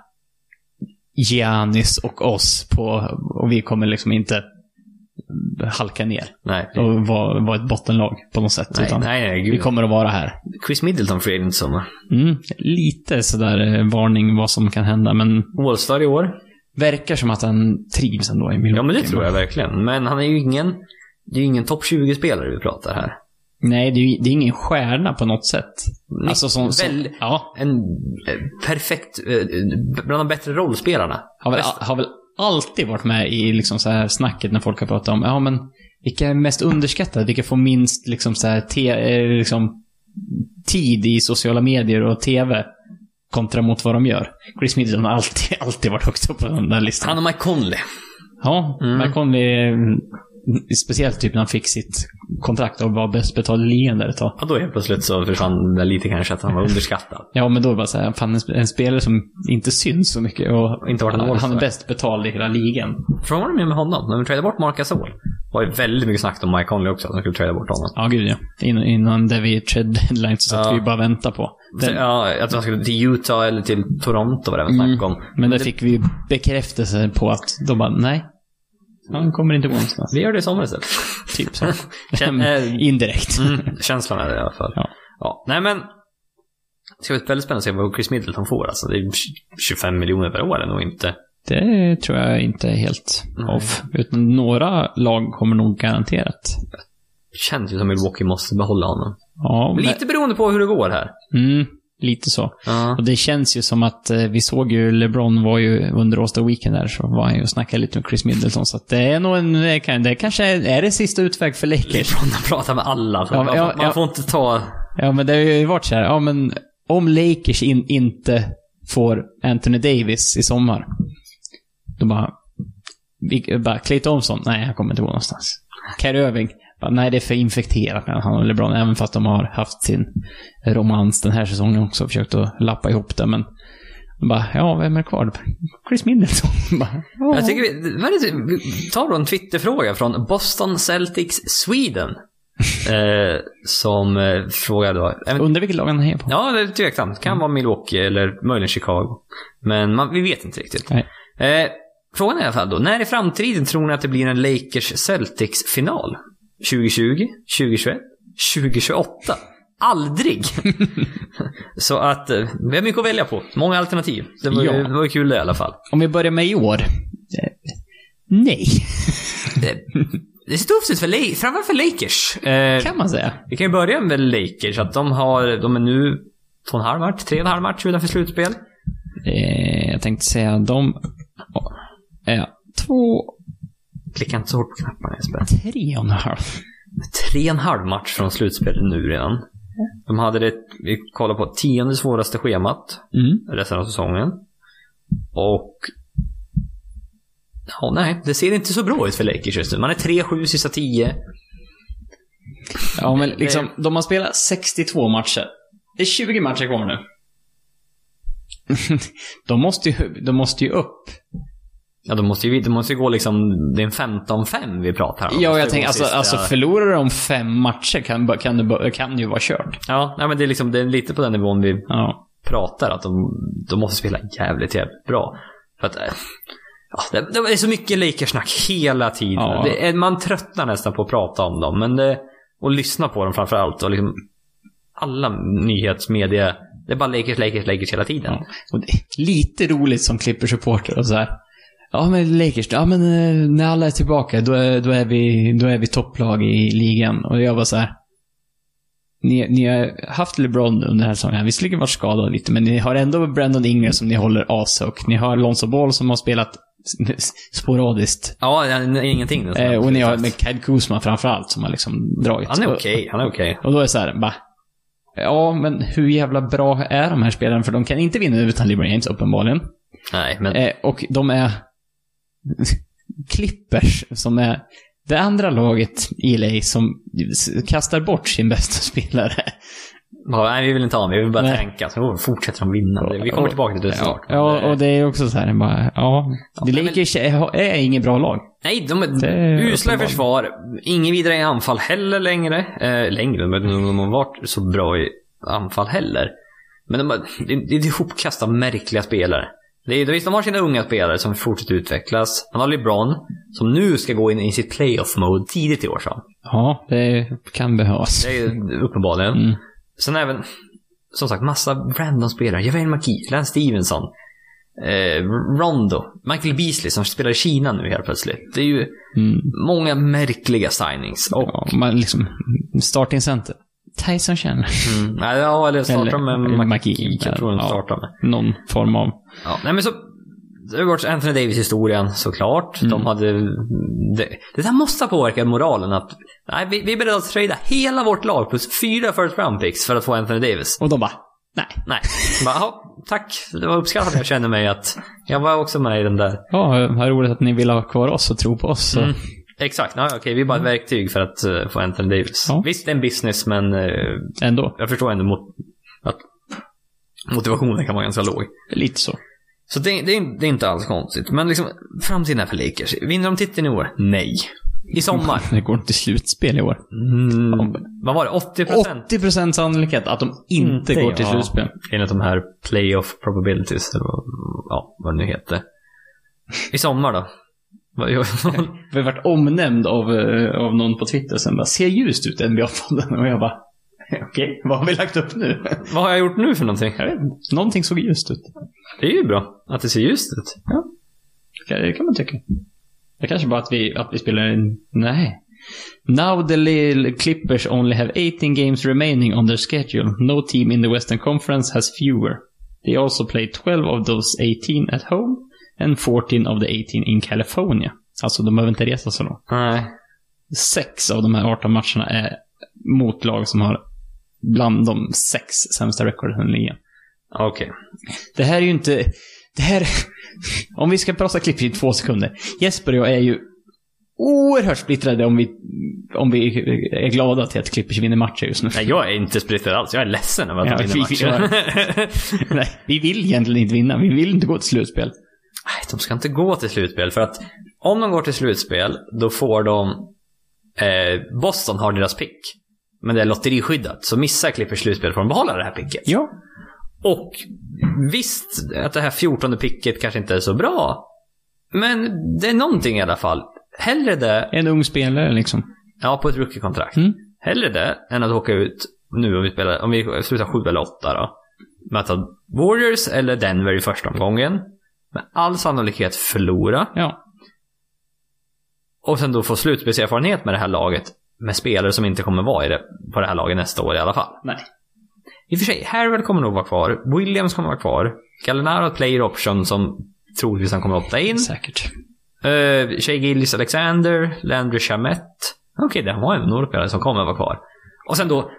S2: Giannis och oss på, och vi kommer liksom inte halka ner.
S1: Nej,
S2: och vara vara ett bottenlag på något sätt.
S1: nej,
S2: utan
S1: nej, nej
S2: Vi
S1: gud.
S2: kommer att vara här.
S1: Chris Middleton free agent i sommar.
S2: Mm, lite sådär eh, varning vad som kan hända, men
S1: All-star i år.
S2: verkar som att han trivs ändå i Milwaukee.
S1: Ja, men det tror jag verkligen. Men han är ju ingen, det är ju ingen topp 20-spelare vi pratar här.
S2: Nej, det är, ju- det är ingen stjärna på något sätt. Alltså som, som
S1: väl-
S2: ja,
S1: En eh, perfekt, eh, bland de bättre rollspelarna.
S2: har, väl,
S1: Bäst-
S2: har väl alltid varit med i liksom så här snacket när folk har pratat om, ja men vilka är mest underskattade? Vilka får minst liksom så här, te, eh, liksom, tid i sociala medier och tv? Kontra mot vad de gör. Chris Middleton har (laughs) alltid, alltid varit högt upp på den där listan.
S1: Han och Mike Conley.
S2: Ja,
S1: Mm.
S2: Mike Conley eh, Speciellt typ när han fick sitt kontrakt och var bäst betalda i ligan där ett tag.
S1: Ja, då helt plötsligt så försvann det lite kanske att han var
S2: (laughs)
S1: underskattad.
S2: Ja, men då var det bara så här, fan en sp- en spelare som inte syns så mycket och
S1: Inte varit en
S2: han, han
S1: all-star.
S2: är bäst betald i hela ligan.
S1: För vad var det med med honom? När de tradade bort Marc Gasol var ju väldigt mycket snack om Mike Conley också, att de skulle trada bort honom.
S2: Ja, gud ja. Innan, innan David trade deadline så satt
S1: Ja.
S2: vi ju bara och väntade på. Den,
S1: Ja, att de skulle till Utah eller till Toronto var det väl
S2: Mm.
S1: snack om.
S2: Men där fick vi ju bekräftelse på att de bara, nej. Han kommer inte gå någonstans.
S1: Vi gör det i sommar istället.
S2: typ så. (laughs)
S1: Känn- eh,
S2: Indirekt.
S1: Mm, (laughs) känslan är det i alla fall.
S2: Ja.
S1: Ja, nej men. Det ska bli väldigt spännande att se vad Chris Middleton får. Alltså, det är 25 miljoner per år är nog inte.
S2: Det tror jag inte är helt
S1: Nej.
S2: off. Utan några lag kommer nog garanterat.
S1: Känns ju som Milwaukee måste behålla honom.
S2: Ja, men,
S1: Lite beroende på hur det går här.
S2: mm, lite så.
S1: Ja.
S2: Och det känns ju som att eh, vi såg ju LeBron var ju under All-Star Weekend där så var han ju och snackade lite med Chris Middleton. Så att det är nog en, det kan- det kanske är, är det sista utväg för Lakers.
S1: Från att prata med alla.
S2: Ja,
S1: man,
S2: ja,
S1: man
S2: ja.
S1: får inte ta...
S2: Ja, men det har ju varit så här, ja men om Lakers in, inte får Anthony Davis i sommar, då bara, vi, bara Clay Thompson, nej han kommer inte gå någonstans. Kyrie Irving, bara, nej det är för infekterat mellan han och LeBron, även fast de har haft sin romans den här säsongen också, försökt att lappa ihop det, men bara, ja vem är kvar? Chris Middleton. (laughs) bara, ja.
S1: Jag tycker vi, vad är det, vi tar då en Twitterfråga från Boston Celtics Sweden.
S2: (laughs)
S1: eh, som eh, frågar då... även-
S2: Undrar vilket lag han är på.
S1: Ja, det är tveksamt. Kan
S2: Mm.
S1: vara Milwaukee eller möjligen Chicago. Men man, vi vet inte riktigt.
S2: Nej.
S1: Eh, frågan är i alla fall då, när i framtiden tror ni att det blir en Lakers-Celtics-final? 2020? 2021? 2028?
S2: (laughs)
S1: Aldrig! Så att, eh, vi har mycket att välja på. Många alternativ. Det var,
S2: Ja.
S1: ju- det var ju kul det i alla fall.
S2: Om vi börjar med i år. Eh, Nej,
S1: Eh, Det ser tufft ut för, La- framförallt för Lakers. Eh,
S2: kan man säga.
S1: vi kan ju börja med Lakers, att de har, de är nu två och en halv match, tre och en halv match utanför slutspel.
S2: Eh, jag tänkte säga de... Eh, två,
S1: Klicka inte så hårt på knapparna Jesper.
S2: tre och en halv.
S1: Tre och en halv match från slutspel nu redan. De hade det, vi kollar på tionde svåraste schemat
S2: Mm.
S1: resten av säsongen. Och... Ja, nej, det ser inte så bra ut för Lakers just nu. Man är 3-7 sista 10.
S2: Ja, men liksom, de har spelat 62 matcher. Det är 20 matcher kvar nu. (laughs) de, måste ju, de måste ju upp.
S1: Ja, de måste ju, de måste ju gå liksom, det är en 15-5 vi pratar om. De
S2: Ja,
S1: måste
S2: jag
S1: ju
S2: tänker
S1: gå
S2: alltså,
S1: sista-
S2: alltså förlorar de fem matcher kan, ba- kan, det, ba- kan det ju vara kört.
S1: Ja, nej men det är liksom, det är lite på den nivån vi
S2: Ja.
S1: pratar att de, de måste spela jävligt, jävligt bra. För att, eh, ja, det, det är så mycket Lakers-snack hela tiden.
S2: Ja.
S1: Det, är- man tröttnar nästan på att prata om dem. Men det, och lyssna på dem framför allt. Och liksom, alla nyhetsmedia, det är bara Lakers, Lakers, Lakers hela tiden.
S2: Ja. Och det är lite roligt som Clippers-supporter och så här. Ja, men Lakers, ja men eh, när alla är tillbaka, då är, då är, vi, då är vi topplag i ligan. Och jag bara så här. Ni, ni har haft LeBron under den här säsongen. Han har visserligen varit skadad lite, men ni har ändå Brandon Ingram som ni håller ashögt. Ni har Lonzo Ball som har spelat s- sporadiskt.
S1: Ja, han är ingenting. nästan.
S2: Eh, och ni har med Kyle Kuzma framförallt som har liksom dragit.
S1: Han är
S2: Och-
S1: okej, han är okej.
S2: och då är det så här, bara, Ja, men hur jävla bra är de här spelarna? För de kan inte vinna utan LeBron James, uppenbarligen.
S1: Nej, men
S2: Eh, och de är Clippers, som är det andra laget i LA som s- kastar bort sin bästa spelare.
S1: ja, nej, vi vill inte ha honom. Vi vill bara
S2: Nej.
S1: tänka. Så fortsätter de vinna. Det- Vi kommer tillbaka till det snart. Eh. men
S2: Ja,
S1: det-
S2: och det är också så här, bara, ja. The
S1: men-
S2: Lakers är, är inget bra lag.
S1: Nej, de
S2: Det
S1: är
S2: är
S1: usla i
S2: uppenbart.
S1: försvar. Ingen vidare i anfall heller längre. Eh, längre, men de har varit så bra i anfall heller. Men de, har- det det är ihopkasta märkliga spelare. Det är, visst, de har sina unga spelare som fortsätter utvecklas. Han har LeBron, som nu ska gå in i sitt playoff-mode tidigt i år, så.
S2: Ja, det kan behövas.
S1: Det är ju uppenbarligen.
S2: Mm.
S1: Sen även, som sagt, massa random spelare. Javel Maki, Lance Stevenson, eh, Rondo, Michael Beasley som spelar i Kina nu helt plötsligt. Det är ju
S2: Mm.
S1: många märkliga signings. Och
S2: Ja, man liksom, starting center. Tyson (laughs) Chandler.
S1: Mm. Nej, Ja, eller starta
S2: Eller-
S1: med
S2: eller
S1: Maki.
S2: Maki.
S1: Jag tror de
S2: Ja.
S1: startar med.
S2: Någon form av...
S1: Ja. Nej, men så, det har varit Anthony Davis-historien såklart.
S2: Mm.
S1: De hade, det, det där måste ha påverkat moralen. Att, nej, vi, vi är beredda att trada hela vårt lag plus fyra first round picks för att få Anthony Davis.
S2: Och de bara, nej.
S1: Nej, (laughs) bara, ja, tack. Det var uppskattat. Jag känner mig att jag var också med i den där.
S2: Ja, vad roligt att ni vill ha kvar oss och tro på oss. Så.
S1: Mm. Exakt, ja, okej, vi är bara ett verktyg för att eh, få Anthony Davis.
S2: Ja.
S1: Visst, det är en business, men eh,
S2: Ändå.
S1: jag förstår ändå mot, att motivationen kan vara ganska låg.
S2: Lite så.
S1: Så det, det, är- det är inte alls konstigt. Men liksom, framtiden är för Lakers. Vinner de titeln i år? Nej. I sommar?
S2: Det går inte till slutspel i år.
S1: Mm, vad var det? 80 procent? Mm,
S2: 80% sannolikhet att de inte
S1: Inte,
S2: går till
S1: ja.
S2: slutspel.
S1: Enligt de här playoff probabilities, eller vad, ja, vad det nu heter. I sommar då? Vad (laughs) gör man?
S2: Vi har varit omnämnd av, eh, av någon på Twitter sen bara, ser ljust ut NBA-podden. Och jag bara, okej, vad har vi lagt upp nu? (laughs)
S1: Vad har jag gjort nu för någonting?
S2: Jag vet inte. Någonting såg ljust ut.
S1: Det är ju bra att det ser ljust ut.
S2: Det kan man tycka. Det kanske bara att vi, att vi spelar en... Nej. Now the Lille Clippers only have 18 games remaining on their schedule. No team in the Western Conference has fewer. They also play 12 of those 18 at home and 14 of the 18 in California. Alltså, de behöver inte resa så långt.
S1: Nej.
S2: Sex av de här 18 matcherna är mot lag som har bland de sex sämsta rekorden i ligan.
S1: Okej.
S2: Det här är ju inte... Det här... Om vi ska prata klipp i två sekunder. Jesper och jag är ju oerhört splittrade om vi, om vi är glada till att Clippers vinner matcher just nu.
S1: Nej, jag är inte splittrad alls. Jag är ledsen över att
S2: Ja,
S1: de
S2: (laughs)
S1: vinner
S2: fy- ja.
S1: matchen.
S2: (laughs)
S1: (laughs)
S2: Nej, vi vill egentligen inte vinna. Vi vill inte gå till slutspel.
S1: Nej, de ska inte gå till slutspel. För att om de går till slutspel, då får de... Eh, Boston har deras pick. Men det är lotteriskyddat. Så missar Clippers slutspel får de behålla det här picket.
S2: Ja.
S1: Och visst, att det här 14 picket kanske inte är så bra. Men det är någonting i alla fall. Hellre det,
S2: En ung spelare liksom.
S1: ja på ett rookie-kontrakt.
S2: Mm.
S1: Hellre det än att åka ut nu om vi, spelar, om vi slutar sju eller åtta då. Möta Warriors eller Denver i första omgången. Med all sannolikhet förlora.
S2: Ja.
S1: Och sen då få slutspelserfarenhet med det här laget. Med spelare som inte kommer vara i det, på det här laget nästa år i alla fall.
S2: Nej.
S1: I och för sig, Harrell kommer nog vara kvar. Williams kommer vara kvar. Gallinaro har ett player option som troligtvis han kommer att opta in.
S2: Mm. Säkert.
S1: Uh, Shea Gillis Alexander, Landry Shamet. Okej, det var ju några spelare som kommer att vara kvar. Och sen då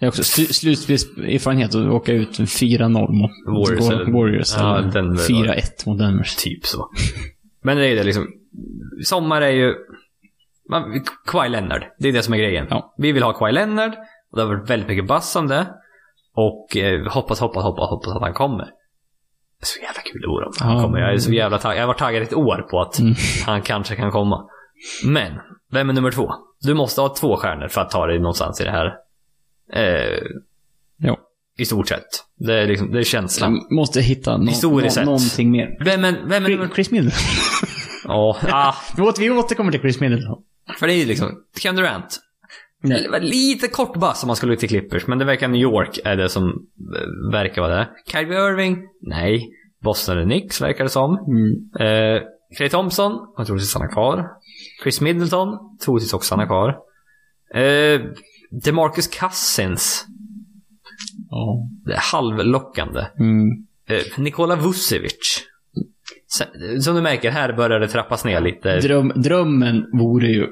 S2: Det är också sl- slutspelserfarenhet att åka ut 4-0 mot
S1: Warriors
S2: Wa-
S1: eller-
S2: Warriors
S1: Ja,
S2: eller
S1: Denver då.
S2: 4-1 mot Denver.
S1: Typ så. Men det är ju det liksom. Sommar är ju... Man, Kawhi Leonard. Det är det som är grejen.
S2: Ja.
S1: Vi vill ha Kawhi Leonard. Och det har varit väldigt mycket bass om det. Och eh, hoppas, hoppas, hoppas, hoppas att han kommer. Det är så jävla kul det vore om han
S2: Ja.
S1: kommer. Jag är så jävla taggad. Jag har varit taggad ett år på att
S2: Mm.
S1: han kanske kan komma. Men, vem är nummer två? Du måste ha två stjärnor för att ta dig någonstans i det här. Eh,
S2: Ja.
S1: I stort sett. Det är, liksom, det är känslan.
S2: Man måste hitta nå-
S1: Historiskt
S2: nå-
S1: sett.
S2: någonting mer.
S1: Vem är, vem är nummer...
S2: Chris Middleton.
S1: Ja, ah,
S2: Vi åter- Vi återkommer till Chris Middleton.
S1: För det är ju liksom Ken Durant. Det var Lite kort bass om man skulle till Clippers, men det verkar New York är det som eh, verkar vara det. Kyrie Irving? Nej. Boston eller Knicks verkar det som.
S2: Mm.
S1: Eh, Clay Thompson har troligtvis stannat kvar. Chris Middleton troligtvis också stannar kvar. Eh, DeMarcus Cousins.
S2: Ja.
S1: Det är halvlockande.
S2: Mm.
S1: Eh, Nikola Vucevic. Sen, som du märker, här börjar det trappas ner lite.
S2: Dröm, drömmen vore ju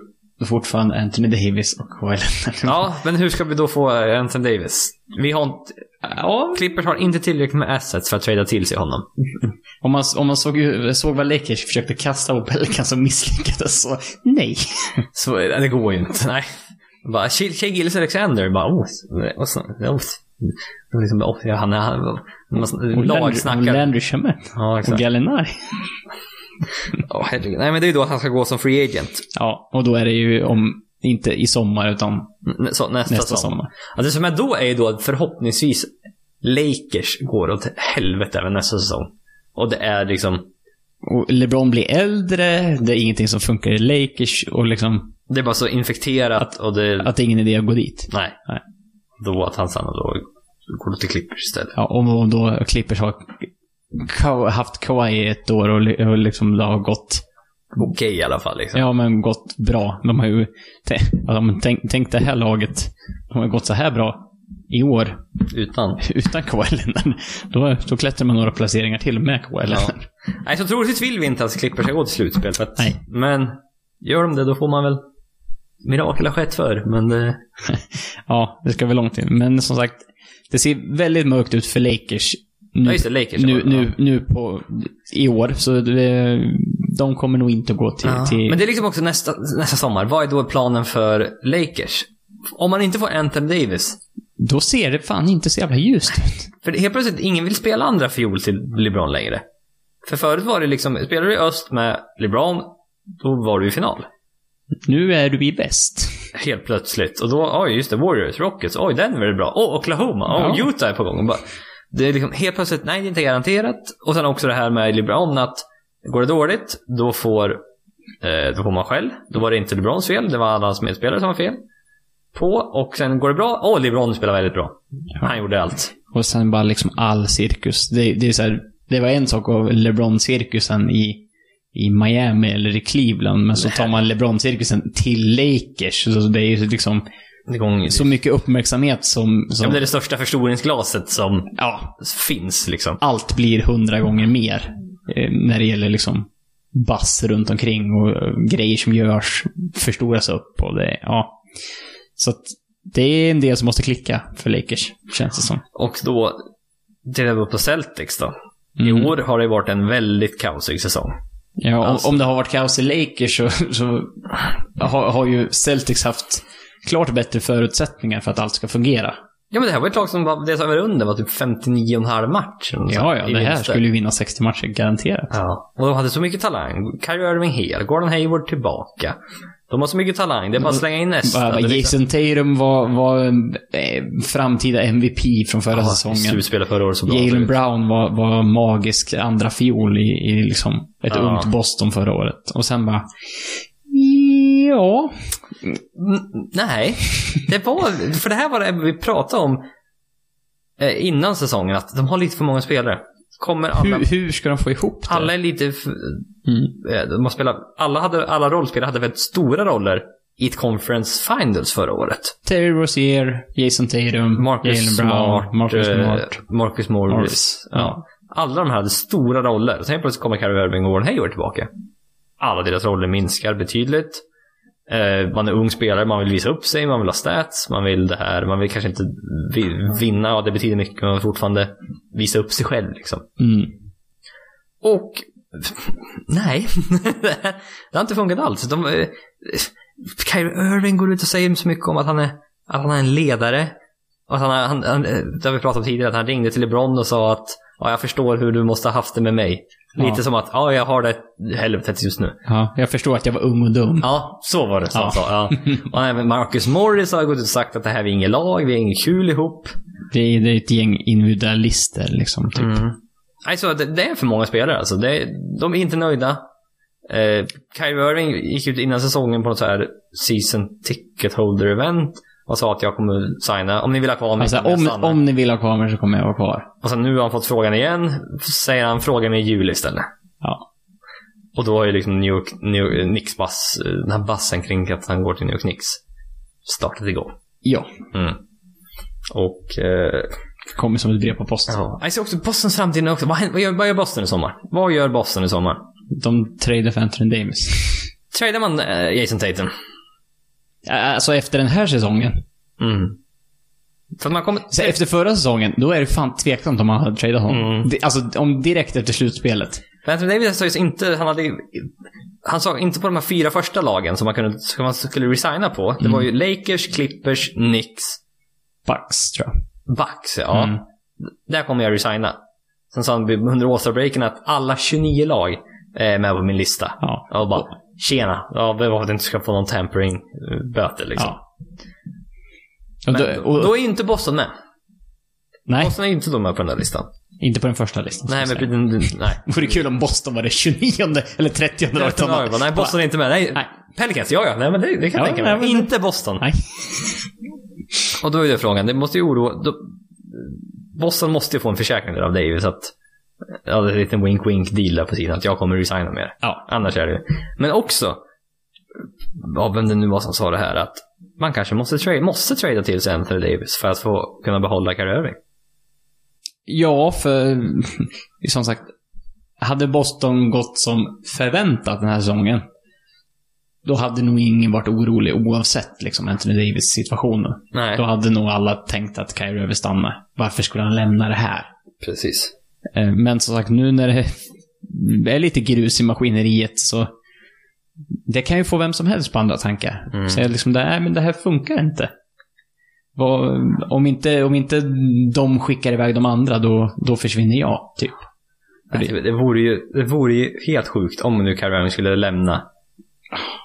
S2: fortfarande Anthony Davis och Kawhi Leonard.
S1: (laughs) Ja, men hur ska vi då få eh, Anthony Davis? Vi har inte,
S2: Ja,
S1: Clippers har inte tillräckligt med assets för att trada till sig honom.
S2: (laughs) Om man, om man såg, ju- såg vad Lakers försökte kasta på Pelicans som misslyckades så nej.
S1: Så eh, det går ju inte. Nej. Bara, Shea Shea Gillis Alexander, bara oh, och så, oh. Det var Liksom, oh, ja, han är... Han, man, lag
S2: Och
S1: snackar.
S2: Landry Shamet.
S1: Ja,
S2: Och
S1: exakt.
S2: Gallinari.
S1: Åh, herregud. Nej, men det är ju då han ska gå som free agent.
S2: Ja, och då är det ju om, inte i sommar utan
S1: N- så, nästa,
S2: nästa
S1: sommar.
S2: sommar.
S1: Ja, det som är då är ju då att förhoppningsvis Lakers går åt helvete även nästa säsong. Och det är liksom...
S2: Och LeBron blir äldre, det är ingenting som funkar i Lakers och liksom
S1: Det är bara så infekterat och det...
S2: att det är ingen idé att gå dit.
S1: Nej.
S2: Nej.
S1: Då att han stannar då går till Clippers istället.
S2: Ja, om, om då Clippers har Ka- haft Kawhi i ett år och, li- och liksom det har gått
S1: Okej i alla fall liksom.
S2: Ja, men gått bra. De har ju... Tänk, ja, men tänk, tänk det här laget. De har gått så här bra i år (laughs)
S1: Utan.
S2: utan Kawhi Leonard. Då, då klättrar man några placeringar till med Kawhi
S1: Ja.
S2: Leonard.
S1: Nej, så troligtvis vill vi inte att Clippers ska gå till slutspel. För att,
S2: Nej.
S1: Men gör de det då får man väl Mirakel har skett förr, men eh, det...
S2: Ja. det ska väl långt in. Men som sagt, det ser väldigt mörkt ut för Lakers
S1: Ja, just det, Lakers.
S2: nu,
S1: ja.
S2: nu, nu på, i år. Så det, de kommer nog inte att gå till...
S1: Ja.
S2: till
S1: Men det är liksom också nästa, nästa sommar. Vad är då planen för Lakers? Om man inte får Anthony Davis.
S2: Då ser det fan inte så jävla ljust ut.
S1: För det- helt plötsligt, ingen vill spela andra fiol till LeBron längre. För förut var det liksom, spelar du i öst med LeBron, då var du i final.
S2: Nu är du i väst.
S1: Helt plötsligt. Och då, oj just det, Warriors, Rockets, oj Denver är bra. Åh, Oklahoma, åh,
S2: Ja.
S1: Utah är på gång. Och Bara, det är liksom helt plötsligt, nej det är inte garanterat. Och sen också det här med LeBron att går det dåligt, då får, eh, då får man skäll. Då var det inte LeBrons fel, det var alla hans medspelare som var fel. På, och sen går det bra, åh LeBron spelar väldigt bra. Han gjorde allt.
S2: Och sen bara liksom all cirkus. Det, det är så här, det var en sak av LeBron-cirkusen i, i Miami eller i Cleveland, men så tar man LeBron-cirkusen till Lakers. Så det är ju liksom
S1: Igång,
S2: så mycket uppmärksamhet som...
S1: ja,
S2: som
S1: men det
S2: ja,
S1: är det största förstoringsglaset som finns liksom.
S2: allt blir hundra gånger mer. eh, När det gäller liksom bass runt omkring och eh, grejer som görs förstoras upp och det, ja. Så att det är en del som måste klicka för Lakers, känns det som.
S1: Och då, tittar vi på Celtics då.
S2: Mm.
S1: I år har det varit en väldigt kaosig säsong.
S2: Ja, om,
S1: Alltså-
S2: om det har varit kaos i Lakers så, så har, har ju Celtics haft klart bättre förutsättningar för att allt ska fungera.
S1: Ja men det här var ett lag som var, det som var under var typ 59,5 match. eller något
S2: Ja,
S1: sånt,
S2: ja,
S1: i
S2: det här
S1: vinster.
S2: skulle ju vinna 60 matcher garanterat.
S1: Ja, och de hade så mycket talang. Kyrie Irving hel, Gordon Hayward tillbaka. De har så mycket talang, det är bara att slänga in nästa.
S2: Mm. Bara,
S1: Det är liksom-
S2: Jason Tatum var, var en eh, framtida MVP från förra
S1: Ja,
S2: säsongen.
S1: Slutspelet förra året så bra.
S2: Jalen Brown var, var magisk andra fiol i, i liksom ett
S1: Ja.
S2: ungt Boston förra året. Och sen bara... Ja.
S1: Mm, Nej, det var, för det här var det vi pratade om eh, innan säsongen, att de har lite för många spelare. Kommer alla,
S2: Hur, hur ska de få ihop det?
S1: alla är lite, f-
S2: Mm.
S1: eh, de har spelat, alla, hade, alla rollspelare hade väldigt stora roller i ett conference finals förra året.
S2: Terry Rozier, Jason Tatum,
S1: Marcus
S2: Jalen Brown,
S1: Smart,
S2: Marcus
S1: eh,
S2: Smart.
S1: Marcus Morris.
S2: Morris,
S1: Ja.
S2: ja.
S1: Alla de här hade stora roller. Sen helt plötsligt kommer Kyrie Irving och Warren Hayward tillbaka. Alla deras roller minskar betydligt. Eh, man är ung spelare, man vill visa upp sig, man vill ha stats, man vill det här. Man vill kanske inte vi- vinna, och det betyder mycket, men man vill fortfarande visa upp sig själv. Liksom.
S2: Mm.
S1: Och nej, (laughs) det har inte funkat alls. De, eh, Kyrie Irving går ut och säger så mycket om att han är, att han är en ledare. Och att han, är- han, han, eh, det har vi pratat om tidigare, att han ringde till LeBron och sa att ja, jag förstår hur du måste ha haft det med mig. Lite
S2: Ja.
S1: som att ja, jag har det helvetet just nu.
S2: Ja, jag förstår att jag var ung och dum.
S1: Ja, så var det som
S2: Ja.
S1: han sa. Ja. Och även Marcus Morris har gått ut och sagt att det här vi är inget lag, vi är inget kul ihop.
S2: Det, är, det är ett gäng individualister liksom. Typ.
S1: Mm. Nej, så det, det är för många spelare alltså. Det, de är inte nöjda. Eh, Kyrie Irving gick ut innan säsongen på något så här season ticket holder event och sa att jag kommer signa. Om ni vill ha kvar mig
S2: Alltså,
S1: kommer jag
S2: om,
S1: stanna.
S2: om ni vill ha kvar mig så kommer jag vara kvar.
S1: Och sen nu har han fått frågan igen. Säger han fråga mig i juli istället.
S2: Ja.
S1: Och då har ju liksom New York, New York Knicks bass, eh, den här bassen kring att han går till New York Knicks startat igång.
S2: Ja,
S1: Mm. Och eh,
S2: kommer som ett brev på posten.
S1: ja. jag ser också Bostons framtid nu också. Vad, händer- vad, gör, vad gör Boston i sommar? Vad gör Boston i sommar?
S2: De tradar för Anthony Davis.
S1: Tradar man eh, Jason Tatum?
S2: Alltså efter den här säsongen.
S1: Mm. För att man kommer...
S2: Så efter förra säsongen, då är det fan tveksamt om man hade tradat honom.
S1: Mm.
S2: Det- Alltså om direkt efter slutspelet.
S1: För Anthony Davis sa ju inte... Han hade ju- Han sa inte på de här fyra första lagen som man, kunde, som man skulle resigna på. Det var ju
S2: Mm.
S1: Lakers, Clippers, Knicks,
S2: Bucks, tror jag.
S1: Bucks. Ja.
S2: Mm.
S1: Där kommer jag resigna. Sen sa han under All-Star-breaken att alla 29 lag är med på min lista.
S2: Ja.
S1: Och bara, tjena. Ja, det var för att du inte ska få någon tampering-böter liksom.
S2: ja. Och
S1: Men, då,
S2: då, och,
S1: då är ju inte Boston med.
S2: nej,
S1: Boston är ju inte då med på den där listan.
S2: inte på den första listan.
S1: Nej,
S2: ska jag
S1: men... den- den- Nej.
S2: Vore kul om Boston var det 29 eller 30
S1: Jag
S2: året.
S1: vet inte vad jag var. Nej, Boston är inte med. Nej,
S2: Nej.
S1: Pelicans, ja, ja. Nej, men det, det kan jag
S2: Ja,
S1: tänka mig.
S2: nej, men-
S1: Inte Boston.
S2: Nej.
S1: (laughs) Och då är det frågan, det måste ju oroa... Då, Boston måste ju få en försäkring där av Davis att... Ja, det är en liten wink-wink deal där på sidan att jag kommer resigna med er.
S2: Ja.
S1: Annars är det ju... Men också... Ja, vem det nu var som sa det här att man kanske måste trade, måste trada till sig Anthony Davis för att få kunna behålla Kyrie Irving.
S2: ja, för (laughs) som sagt. Hade Boston gått som förväntat den här säsongen. Då hade nog ingen varit orolig oavsett liksom Anthony Davis situationen.
S1: Nej,
S2: Då hade nog alla tänkt att Kyrie överstannar. Varför skulle han lämna det här?
S1: precis.
S2: Eh, Men som sagt, nu när det är lite grus i maskineriet så det kan ju få vem som helst på andra tankar.
S1: Mm.
S2: Säga liksom, nej men det här funkar inte. Vad, om, inte om inte de skickar iväg de andra, då, då försvinner jag, typ.
S1: Nej, Det, det, vore ju, det vore ju helt sjukt om nu Caravan skulle lämna.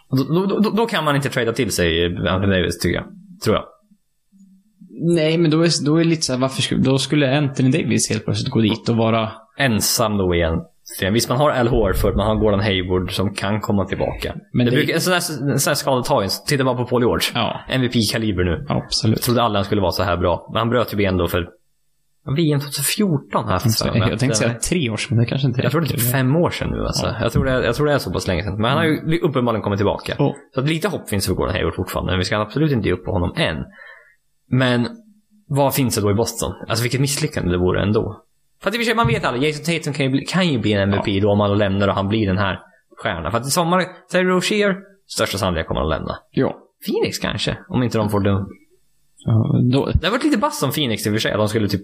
S1: Då, då, då, då kan man inte trada till sig Anthony Davis, tycker jag. Tror jag.
S2: Nej, men då är, då är det lite så här, varför skulle, då skulle Anthony Davis helt plötsligt gå dit och vara...
S1: Ensam då igen. Visst, man har Al Horford, man har Gordon Hayward som kan komma tillbaka. Men
S2: Men
S1: det
S2: det-
S1: brukar, en sån här, en sån här skada tar ju en. Titta bara på Paul George.
S2: Ja,
S1: MVP-kaliber nu.
S2: absolut.
S1: Jag trodde aldrig han skulle vara så här bra. Men han bröt ju ben då för... VM 2014 här
S2: Så, eh,
S1: för mig.
S2: jag tänkte säga tre år, men det kanske inte
S1: Jag tror det är
S2: räcker.
S1: typ fem år sedan nu alltså. Jag, tror det, jag tror det är så pass länge sedan. Men han har ju uppenbarligen kommit tillbaka.
S2: Och,
S1: Så att lite hopp finns för Gordon Hayward fortfarande. Men vi ska absolut inte ge upp på honom än. Men vad finns det då i Boston? Alltså vilket misslyckande det vore ändå. För att i och för sig, man vet aldrig. Jason Tatum kan ju bli, kan ju bli en MVP då om han lämnar och han blir den här stjärnan. För att i sommar, Terry Rozier, största sannolikhet kommer han att lämna.
S2: ja.
S1: Phoenix kanske, om inte de får dum.
S2: Ja, Då, (laughs)
S1: Det har varit lite bass om Phoenix i och för sig. att De skulle typ,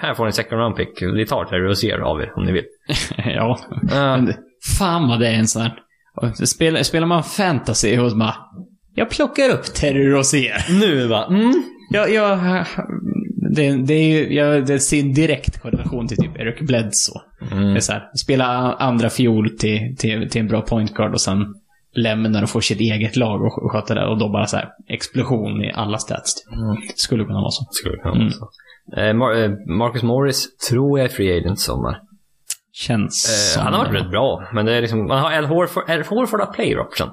S1: här får ni en second round pick. Vi tar Terry Rozier av er om ni vill.
S2: ja.
S1: Eh,
S2: Men, det- fan vad det är en sån här... och så Spelar, spelar man fantasy och så bara... Jag plockar upp Terry Rozier.
S1: nu va? Mm.
S2: Jag, jag, det, det är ju, jag, det ser en direkt korrelation till typ Eric Bledsoe.
S1: Mm.
S2: Det är så här, spela andra fiol till, till, till en bra point guard och sen lämnar och får sitt eget lag och sk- sköter det. Och då bara så här, explosion i alla stats. typ.
S1: Mm.
S2: Skulle kunna vara så.
S1: Skulle kunna vara så. Eh, Mar- eh, Marcus Morris tror jag är free agent i sommar.
S2: Känns
S1: Eh,
S2: som
S1: han har varit
S2: det.
S1: rätt bra, men det är liksom, man har Al Horford, Al Horford har player option.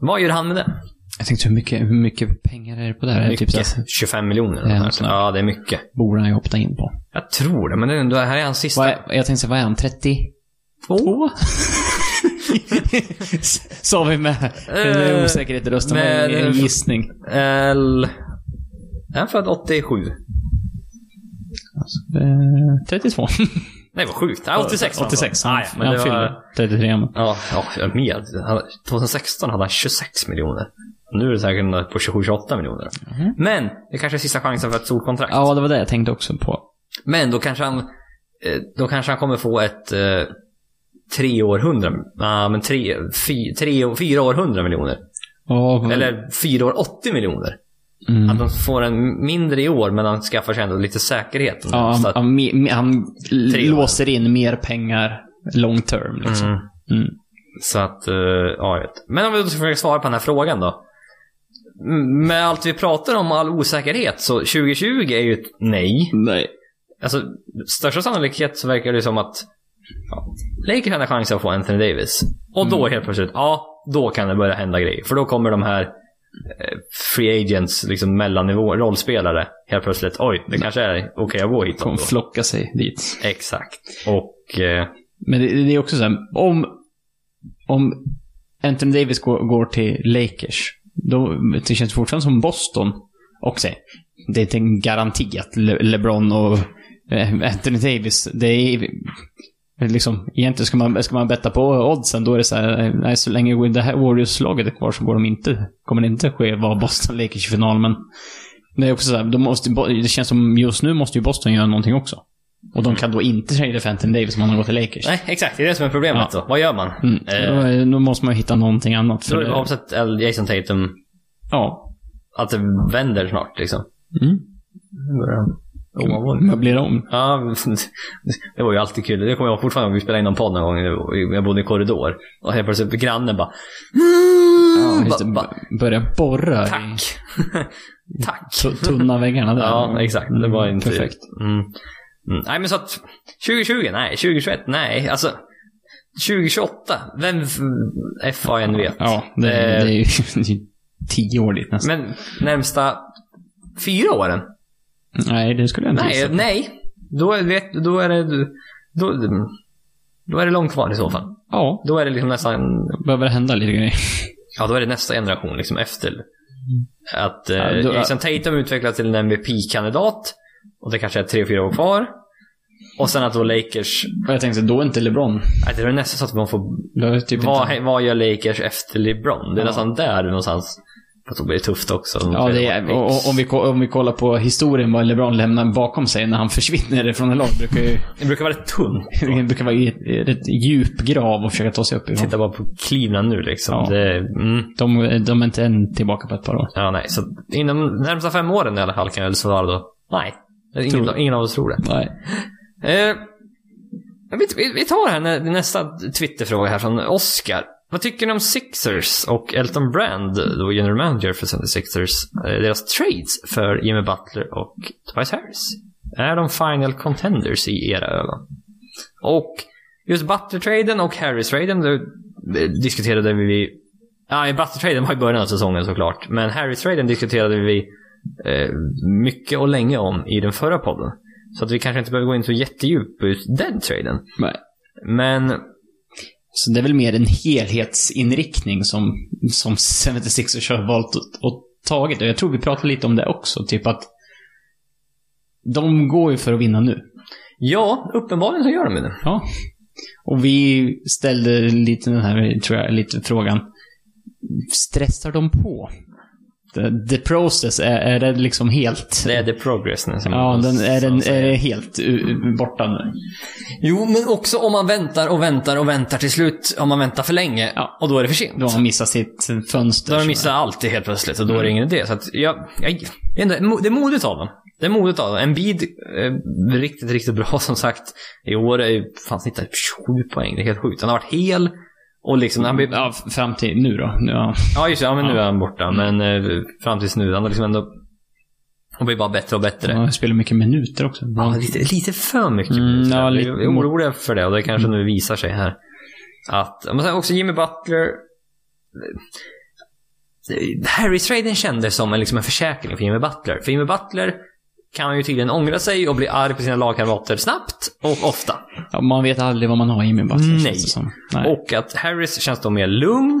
S1: Vad gör han med det?
S2: Jag tänkte hur mycket, hur mycket pengar är det på det här? Typ så här,
S1: 25 miljoner? eller
S2: Ja,
S1: nåt sånt.
S2: sånt.
S1: Ja, det är mycket.
S2: borde han ju opta in på.
S1: Jag tror det, men det är ändå, det här är hans sista.
S2: Vad är, jag tänkte säga, vad är han? (laughs) 32? Sa vi med
S1: Eh,
S2: en osäkerhet i rösten. Vad är
S1: men-
S2: en gissning.
S1: Al... Är han född 87?
S2: Eh, 32.
S1: Nej, vad sjukt. Nej, 86 var han
S2: 86.
S1: född.
S2: Han,
S1: Nej, Ah, men
S2: han
S1: det
S2: fyllde
S1: var...
S2: 33. men-
S1: Ja, ja mer. Han- 2016 hade han 26 miljoner. Nu är det säkert något på 27-28 miljoner.
S2: Mhm.
S1: Men det kanske är sista chansen för ett stort kontrakt.
S2: Ja, det var det jag tänkte också på.
S1: Men då kanske han, eh, då kanske han kommer få ett eh, tre år hundra, ah, men tre, fy, tre år, fyra år hundra miljoner.
S2: Ja, vad-
S1: Eller fyra år 80 miljoner. Att
S2: mm.
S1: de får en mindre i år, men han skaffar sig ändå lite säkerhet.
S2: ja,
S1: Så
S2: han,
S1: att-
S2: han, me- me- han l-
S1: Tre år.
S2: låser in mer pengar long term. Liksom.
S1: Mm.
S2: Mm.
S1: Så att, eh, ja jag vet. Men om vi då ska försöka svara på den här frågan då. Mm, Med allt vi pratar om, all osäkerhet, så 2020 är ju ett nej.
S2: Nej.
S1: Alltså, största sannolikhet så verkar det som att ja, Lakers hade chansen att få Anthony Davis. Och då helt plötsligt, ja, då kan det börja hända grejer. För då kommer de här eh, free agents, liksom mellannivå, rollspelare, helt plötsligt, oj, det kanske är okej att gå hit.
S2: Kommer
S1: Då.
S2: flocka sig dit.
S1: (laughs) Exakt. Och, eh,
S2: Men det, det är också så här, om, om Anthony Davis går, går till Lakers, då det känns det fortfarande som Boston och säger, det är inte en garanti att Le- LeBron och eh, Anthony Davis, det är liksom, egentligen ska man, ska man betta på oddsen, då är det så här, eh, nej, så länge det här Warriors-laget är kvar så går de inte, kommer det inte ske vara Boston Lakers i final, men det är också så här, de måste, det känns som just nu måste ju Boston göra någonting också. Och de kan då inte trada för Anthony Davis om han har gått till Lakers.
S1: nej, exakt, det är det som är problemet då. Vad gör man?
S2: Mm.
S1: Eh,
S2: Då, är- då måste man ju hitta någonting annat.
S1: Så
S2: För,
S1: jag hoppas att L- Jason Tatum,
S2: ja.
S1: att det vänder snart liksom.
S2: Mm.
S1: Nu börjar han ovanvåld.
S2: Möblera om.
S1: Ja, (laughs) det var ju alltid kul. Det kommer jag ihåg fortfarande när vi spelade in någon podd någon gång. Jag bodde i korridor. Och helt plötsligt grannen bara...
S2: Ja, just
S1: ba,
S2: det.
S1: ba,
S2: B- Börja borra
S1: Mm,
S2: i
S1: tack. (laughs) tack.
S2: tu- tunna väggarna
S1: (laughs)
S2: där.
S1: Ja, exakt. Det var
S2: Mm,
S1: inte...
S2: Perfekt.
S1: Mm. Mm. Nej, men så att 2020, nej. 2021, nej. Alltså, 2028. Vem f- FAN vet?
S2: Ja, det,
S1: Eh.
S2: det är ju (laughs) det är ju tio år dit nästan.
S1: Men närmsta fyra åren?
S2: nej, det skulle jag inte
S1: Nej,
S2: gissa.
S1: nej. Då, är, vet, då är det... Då, då är det långt kvar i så fall.
S2: Ja,
S1: Då är det liksom nästan...
S2: behöver det hända
S1: (laughs)
S2: lite grejer.
S1: Ja, då är det nästa generation liksom efter. Att eh,
S2: Ja, då-
S1: Jason Tatum utvecklas till en MVP-kandidat. Och det kanske är tre, fyra år kvar. Och sen att då Lakers...
S2: Och jag tänkte, då är inte LeBron.
S1: Nej, det är nästan så att man får...
S2: Då är det typ
S1: Vad,
S2: inte...
S1: vad gör Lakers efter LeBron? Det är
S2: Ja.
S1: nästan där någonstans. Fast då blir det tufft också.
S2: Ja, det är, och, och, (laughs) om, vi, ko- om vi kollar på historien vad LeBron lämnar bakom sig när han (laughs) försvinner från en lag brukar ju (laughs)
S1: Det brukar vara rätt tungt.
S2: det brukar vara i ett rätt djup grav och försöka ta sig upp ifrån.
S1: Titta bara på Cleveland nu liksom.
S2: Ja.
S1: Det, mm.
S2: De, de är inte än tillbaka på ett par år.
S1: Ja, nej. Så inom de närmsta fem åren i alla fall kan jag väl svara då. Nej. Ingen,
S2: Tror-
S1: ingen av oss tror det.
S2: Nej.
S1: Eh, vi, vi- vi tar här nä, nästa Twitterfråga här från Oscar. Vad tycker ni om Sixers och Elton Brand, då general manager för 76ers, eh, deras trades för Jimmy Butler och Tobias Harris? Är de final contenders i era ögon? Och just Butler-traden och Harris-traden det, det diskuterade vi... Ja, Butler-traden var i början av säsongen såklart, men Harris-traden diskuterade vi eh, mycket och länge om i den förra podden. Så att vi kanske inte behöver gå in så jättedjupt på just den traden.
S2: Nej.
S1: Men
S2: Så det är väl mer en helhetsinriktning som, som 76ers har valt att, att tagit. Och jag tror vi pratade lite om det också, typ att de går ju för att vinna nu.
S1: ja, uppenbarligen så gör de ju det.
S2: Ja. Och vi ställde lite den här, tror jag, lite frågan. Stressar de på? The, the process, är, är det liksom helt...
S1: Det är the progress nu. som
S2: ja,
S1: man-
S2: den, är,
S1: som man
S2: den, är
S1: säger.
S2: det helt u- u- borta nu?
S1: Jo, men också om man väntar och väntar och väntar till slut. Om man väntar för länge.
S2: Ja.
S1: Och då är det för sent.
S2: Då har han missat sitt fönster.
S1: Då har de missat allt helt plötsligt och då är det ingen idé. Så att jag, jag, det är ändå- mo- det är modigt av dem. Det är modigt av dem. En bid eh, riktigt, riktigt bra som sagt. I år är ju fan snittar 27 poäng. Det är helt sjukt. Han har varit hel och liksom, han blir
S2: Ja, f- fram till nu då. Nu har han
S1: Ja, just det. Ja, men nu
S2: Ja.
S1: är han borta. Men eh, fram tills nu, han har liksom ändå... Han blir bara bättre och bättre.
S2: han har spelat mycket minuter också.
S1: Ja, lite, lite för mycket.
S2: Mm,
S1: minuter.
S2: ja,
S1: Jag
S2: lite-
S1: är orolig för det och det kanske nu visar sig här. Att, men sen också Jimmy Butler. Harry-traden kändes som en, liksom en försäkring för Jimmy Butler. För Jimmy Butler kan ju tydligen ångra sig och bli arg på sina lagkamrater snabbt och ofta.
S2: Ja, man vet aldrig vad man har i Jimmy Butler. känns
S1: Nej.
S2: det som. Nej.
S1: Och att Harris känns då mer lugn.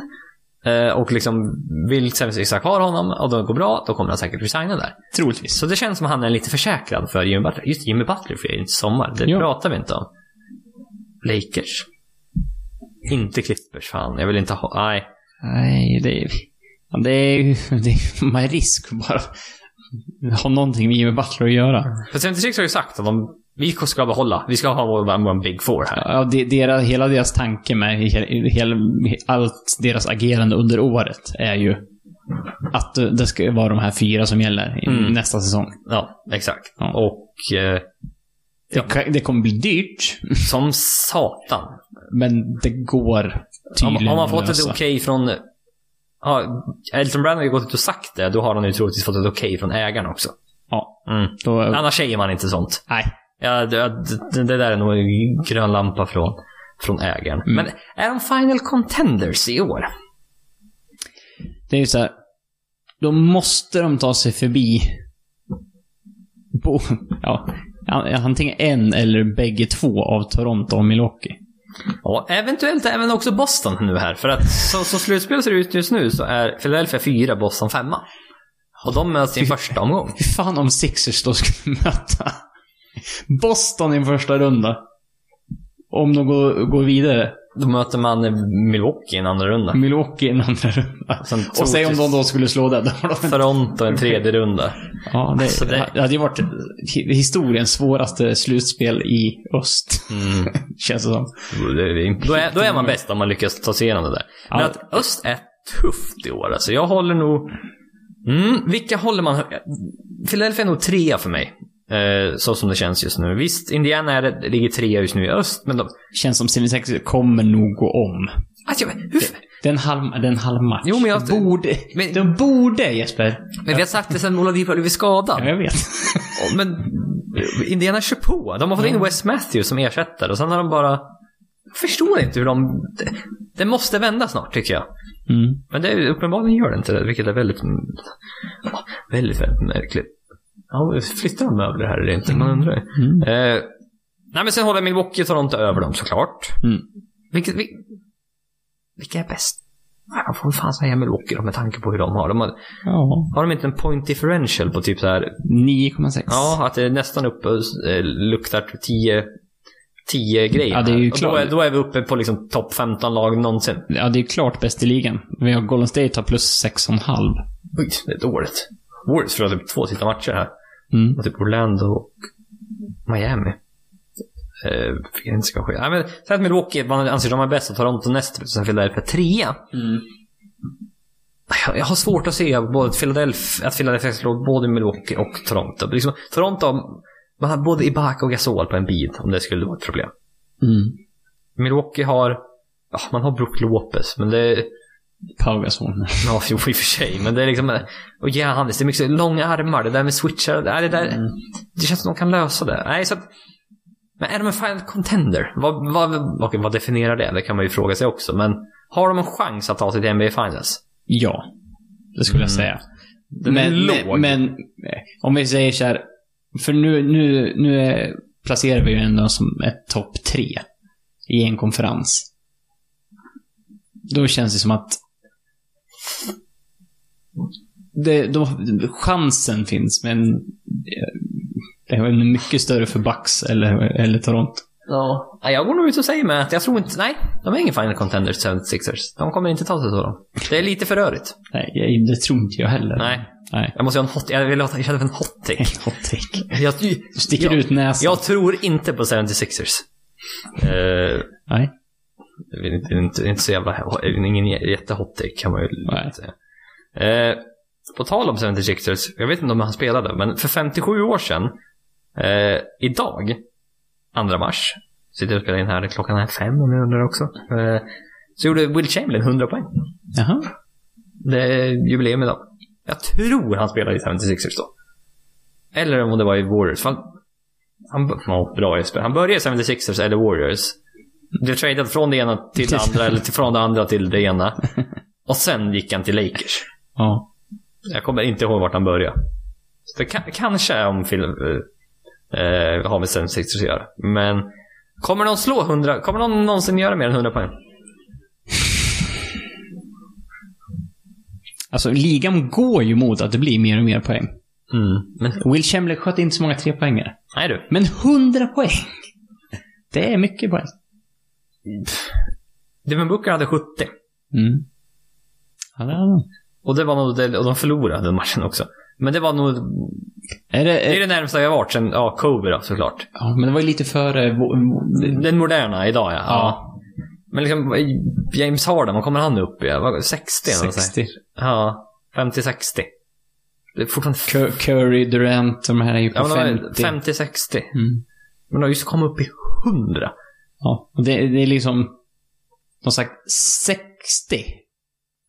S1: eh, Och liksom vill Sam Isak ha honom och då går bra, då kommer han säkert resigna där.
S2: troligtvis.
S1: Så det känns som att han är lite försäkrad för Jimmy Butler. Just Jimmy Butler för inte sommar, det
S2: Ja.
S1: pratar vi inte om. Lakers. Inte Clippers, fan. Jag vill inte ha... Nej.
S2: Nej, det är... ja, Det är, (laughs) det är man är risk att bara ha någonting med Jimmy Butler att göra.
S1: För 76 har ju sagt att de, vi ska behålla, vi ska ha vår, vår big four här.
S2: Ja, det, deras, hela deras tanke med he- hela, allt deras agerande under året är ju att det ska vara de här fyra som gäller i
S1: Mm.
S2: nästa säsong.
S1: Ja, exakt.
S2: Ja.
S1: Och eh, Ja.
S2: Det, kan- det kommer bli dyrt,
S1: som satan.
S2: men det går
S1: Om,
S2: tydligen
S1: om man fått
S2: att
S1: ett
S2: lösa.
S1: okej från... Ja, Elton Brand har ju gått ut och sagt det. Då har han ju troligtvis fått ett okej från ägaren också.
S2: Ja,
S1: Mm.
S2: då,
S1: Annars säger man inte sånt.
S2: nej.
S1: Ja, det, det, det där är nog en grön lampa från, från ägaren.
S2: Mm.
S1: Men är de final contenders i år?
S2: Det är ju så här. Då måste de ta sig förbi... Bo, (laughs) ja, an- antingen en eller bägge två av Toronto och Milwaukee.
S1: Ja, eventuellt även också Boston nu här. För att så, som slutspel ser det ut just nu så är Philadelphia fyra, Boston femma. Och de möts i en första omgång.
S2: Hur fan om Sixers då skulle (laughs) möta Boston i en första runda? Om de går, går vidare.
S1: Då möter man eh, Milwaukee i en andra runda.
S2: Milwaukee i Alltså, en andra runda.
S1: Sen
S2: Och säg om de då skulle slå (laughs) det. Då har de
S1: Toronto i en tredje runda.
S2: Ja, det,
S1: Alltså, det-
S2: det hade ju varit hi- historiens svåraste slutspel i öst. (laughs)
S1: Mm.
S2: Känns det som.
S1: Då är, då är man bäst om man lyckas ta sig igenom det där. Men
S2: Ja.
S1: att öst är tufft i år. Alltså jag håller nog... Mm, vilka håller man... hö- Philadelphia är nog trea för mig. Eh, så som det känns just nu. Visst, Indiana är, det- ligger trea just nu i öst, men de...
S2: Känns som 76 kommer nog gå om.
S1: Alltså, jag, hur,
S2: Det är en halv, det är en halv match.
S1: Jo, men jag-
S2: borde,
S1: Men-
S2: De borde, Jesper.
S1: men vi har sagt det sen Oladipo har blivit skadad.
S2: Ja, jag vet.
S1: Och- Men Indiana kör på. De har fått in Wes Matthews som ersättare och sen har de bara... Jag förstår inte hur de... Det, det måste vända snart, tycker jag.
S2: Mm.
S1: Men det är, uppenbarligen gör det inte det, vilket är väldigt, mm, ja, väldigt, väldigt märkligt. Ja, flyttar de möbler här eller inte? Man undrar ju.
S2: Mm.
S1: Eh, nej, men sen håller Milwaukee och Toronto över dem såklart.
S2: Mm.
S1: Vilket, vil, vilka är bäst? Nej, Man får väl fan säga Milwaukee då med tanke på hur de har. De har,
S2: Ja.
S1: har de inte en point differential på typ så här,
S2: 9,6.
S1: ja, att det är nästan uppe och eh, luktar typ 10, 10 grejer.
S2: Ja, det är ju
S1: Och då,
S2: klart.
S1: är, då är vi uppe på liksom topp 15 lag någonsin.
S2: Ja, det är klart bäst i ligan. Vi har Golden State har plus 6,5.
S1: Oj, det är dåligt. Warriors förlorade typ två sista matcher här.
S2: Mm.
S1: Och typ Orlando och Miami. Eh, fick inte ska ske. Nej, men sen att Milwaukee man anser de är bäst och Toronto näst och sen Philadelphia trea. Jag, jag har svårt att se både att Philadelphia, att Philadelphia slår både Milwaukee och Toronto. Liksom, Toronto, man har både Ibaka och Gasol på en bid om det skulle vara ett problem.
S2: Mm.
S1: Milwaukee har, ja, man har Brook Lopez, men det
S2: Pau Gasol.
S1: Ja, (laughs) jo, i och för sig. Men det är liksom... Och Giannis, det är mycket så- långa armar. Det där med switchar. Nej, det, där,
S2: Mm.
S1: det känns som de kan lösa det. Nej, så att, men är de en final contender? Vad, vad, okej, vad definierar det? Det kan man ju fråga sig också. Men har de en chans att ta sig till NBA Finals?
S2: Ja, det skulle jag
S1: Mm.
S2: säga.
S1: Den är låg.
S2: men, men eh, om vi säger så här, för nu, nu, nu är, placerar vi ju ändå som ett topp tre i en konferens. Då känns det som att det, då, chansen finns, men eh, det är mycket större för Bucks eller, eller Toronto.
S1: Ja. Nej, Jag går nog ut och säger med att jag tror inte... Nej, de är ingen final contender, 76ers. De kommer inte ta sig så långt. Det är lite för rörigt.
S2: Nej, jag- det tror inte jag heller.
S1: Nej.
S2: Nej. (laughs)
S1: Jag måste göra en hot... Jag vill ha jag känner en hot take.
S2: En hot take.
S1: Jag,
S2: Du sticker
S1: Ja.
S2: ut näsan.
S1: jag tror inte på 76ers. Eh,
S2: Nej.
S1: Det är inte, inte, inte så jävla, ingen jättehot take kan man ju
S2: Nej.
S1: säga. Eh, på tal om 76ers, jag vet inte om han spelade, men för 57 år sedan, eh, idag, 2 mars, sitter jag och spelar in här, klockan är fem om ni undrar också, eh, så gjorde Will Chamberlain 100 poäng.
S2: Jaha.
S1: Det är jubileum idag. Jag tror han spelade i 76ers då. Eller om det var i Warriors. Han, han, ja, bra Jesper. Han började i 76ers eller Warriors. Blev tradad från det ena till det andra, eller till- från det andra till det ena. Och sen gick han till Lakers.
S2: Ja.
S1: Jag kommer inte ihåg vart han började. Så det kan, kanske är om Phil, eh, eh, har med 76ers att göra. Men kommer någon slå 100? Kommer någon någonsin göra mer än 100 poäng?
S2: Alltså ligan går ju mot att det blir mer och mer poäng.
S1: Mm. Men,
S2: Will Chamberlain sköt inte så många trepoängare.
S1: nej du.
S2: Men 100 poäng! Det är mycket poäng.
S1: Devin Booker hade 70.
S2: Mm. Ja, det är det.
S1: Och det var nog det, och de förlorade den matchen också. Men det var nog
S2: Är det,
S1: det, är
S2: är,
S1: det närmsta jag varit sen, ja, Kobe då såklart.
S2: ja, men det var ju lite före... vå-
S1: Den moderna idag ja.
S2: Ja,
S1: Men liksom James Harden, vad kommer han upp i? Vad- 60 eller nåt sånt
S2: 60.
S1: där. Ja, 50-60. Det är fortfarande... f-
S2: Cur- Curry, Durant, de här är ju på
S1: Ja, men de
S2: 50.
S1: är 50-60.
S2: Mm.
S1: Men de har just kommit upp i 100.
S2: Ja, och det, det är liksom... Som sagt, 60.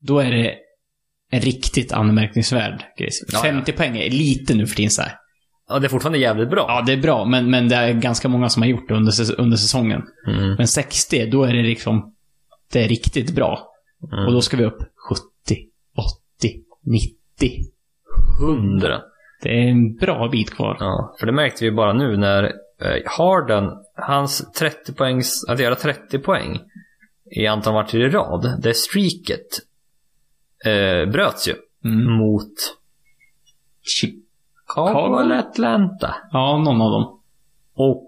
S2: Då är det en riktigt anmärkningsvärd grej.
S1: Ja,
S2: 50 poäng är lite nu för tiden så här.
S1: Ja, det är fortfarande jävligt bra.
S2: Ja, det är bra, men, men det är ganska många som har gjort det under, säs- under säsongen.
S1: Mm.
S2: Men 60, då är det liksom... Det är riktigt bra.
S1: Mm.
S2: Och då ska vi upp 70, 80, 90.
S1: 100.
S2: Det är en bra bit kvar.
S1: Ja, för det märkte vi ju bara nu när eh, Harden, hans 30 poängs, att göra 30 poäng i antal matcher i rad, det streaket eh, bröts ju
S2: Mm.
S1: mot
S2: Shit.
S1: Chicago eller Atlanta.
S2: Ja, någon av dem.
S1: Och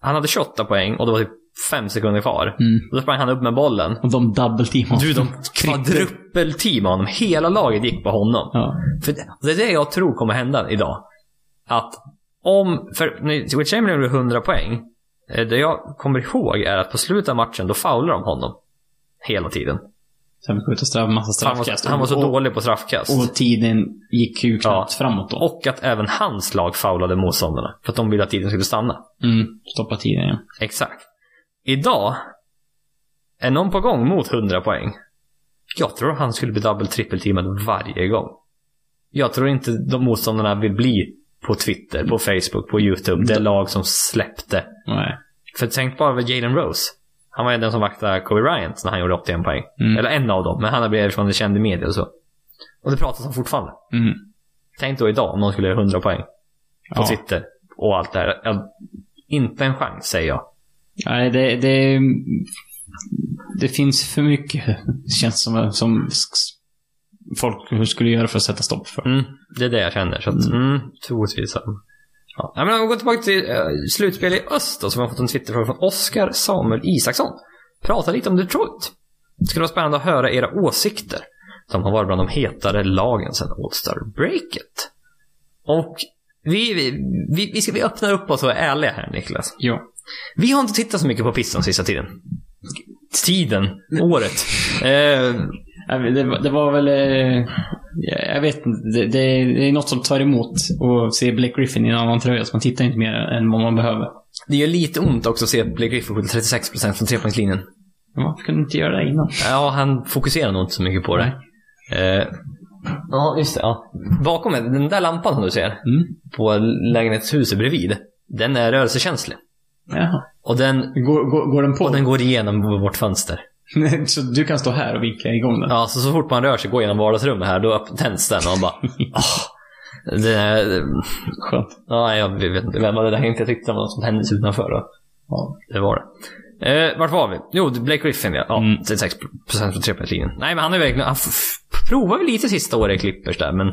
S1: han hade 28 poäng och det var typ 5 sekunder kvar.
S2: Mm.
S1: Och då sprang han upp med bollen.
S2: Och de double teamar.
S1: Du, de
S2: Trippel.
S1: kvadruppelteamade honom. Hela laget gick på honom.
S2: Ja.
S1: För det, det är det jag tror kommer hända idag. Att om, för när Will Chamberlain gjorde 100 poäng, eh, det jag kommer ihåg är att på slutet av matchen då faular de honom. Hela tiden.
S2: Sen skjuter straff, massa
S1: Han var,
S2: straffkast.
S1: han var så
S2: Och-
S1: dålig på straffkast.
S2: Och tiden gick ju knappt framåt då.
S1: Och att även hans lag faulade motståndarna. För att de ville att tiden skulle stanna.
S2: Mm, stoppa tiden ja.
S1: Exakt. Idag är någon på gång mot 100 poäng. Jag tror han skulle bli dubbel trippelteamad varje gång. Jag tror inte de motståndarna vill bli på Twitter, på Facebook, på YouTube. Det lag som släppte.
S2: Nej.
S1: För tänk bara vid Jalen Rose. Han var ju den som vaktade Kobe Bryant när han gjorde 81 poäng.
S2: Mm.
S1: Eller en av dem, men han har blivit från det kända media och så. Och det pratas om fortfarande.
S2: Mm.
S1: Tänk då idag om någon skulle göra 100 poäng på
S2: Ja.
S1: Twitter och allt det här. Ja, Inte en chans, säger jag.
S2: Nej, det, det, det finns för mycket, känns som, som sk- folk skulle göra för att sätta stopp för.
S1: Mm, det är det jag känner. Så att, mm. troligtvis. så. Ja. Ja, men om vi går tillbaka till eh, slutspel i öst då, så har vi fått en Twitterfråga från Oskar Samuel Isaksson. Prata lite om Detroit. Det skulle vara spännande att höra era åsikter. De har varit bland de hetare lagen sedan All-Star-breaket. Och vi, vi, vi, vi, ska, vi öppnar upp oss och är ärliga här, Niklas.
S2: Ja.
S1: Vi har inte tittat så mycket på Pistons sista tiden. Tiden, året. Eh,
S2: Ja, men Det, var- det var väl... eh, Jag jag vet inte. Det, det det är något som tar emot att se Blake Griffin i en annan tröja, så man tittar inte mer än vad man behöver.
S1: det gör lite ont också att se Blake Griffin skjuta 36% från trepoängslinjen.
S2: Varför kunde inte göra det innan?
S1: Ja, han fokuserar nog inte så mycket på det. Eh, ja, just det. Ja. Bakom mig, den där lampan som du ser,
S2: Mm.
S1: på lägenhetshuset bredvid, den är rörelsekänslig.
S2: Jaha.
S1: Och den,
S2: Går, går, går den på?
S1: och den går igenom vårt fönster.
S2: (laughs) så du kan stå här och vinka igång den?
S1: Ja, så, så fort man rör sig, går genom vardagsrummet här, då öpp- tänds den och man bara (laughs) "Ah, det, det,
S2: Skönt.
S1: ja, jag vet inte, vem var det där inte jag tyckte om något som hände utanför då?
S2: Ja.
S1: Det var det. Eh, vart var vi? Jo, det- Blake Griffin ja. ja
S2: Mm.
S1: 36% från trepoängslinjen. Nej, men han är verkligen... Han f- f- provar väl lite sista året i Clippers där, men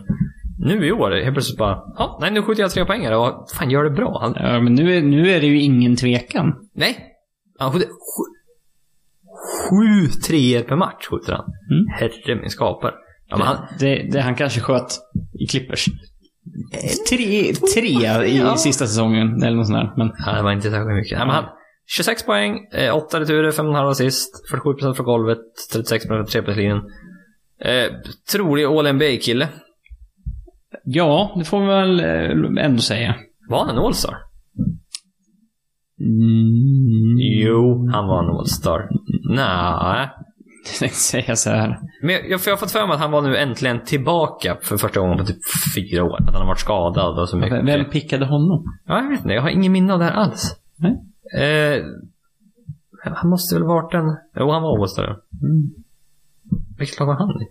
S1: nu i år, helt plötsligt bara... Ja, nej, nu skjuter jag tre poängare och fan gör det bra. Han,
S2: Ja, men nu är, nu är det ju ingen tvekan.
S1: nej! Han skjuter... Sju, sju treor per match skjuter han.
S2: Mm.
S1: Herre min skapare. Ja, men han,
S2: Det, det han kanske sköt i Clippers. Tre, tre i
S1: Ja.
S2: sista säsongen, eller något sånt där. Men
S1: Ja, det var inte särskilt mycket. Nej, men han, 26 poäng, 8 returer, 5,5 assist, 47% från golvet, 36 från trepoängslinjen. Eh, trolig All-NBA-kille.
S2: ja, det får man väl eh, ändå säga.
S1: Var han en All-star?
S2: Mm.
S1: Jo, han var en All-star. Nej.
S2: (laughs) Jag tänkte säga så här.
S1: Men jag, jag, för jag har fått för mig att han var nu äntligen tillbaka för första gången på typ fyra år. Att han har varit skadad och så mycket.
S2: Vem, vem pickade honom?
S1: Ja, jag vet inte. Jag har ingen minne av det här alls.
S2: Nej.
S1: Eh, han måste väl varit en... Jo, han var All-star.
S2: Mm.
S1: Vilket lag var han i?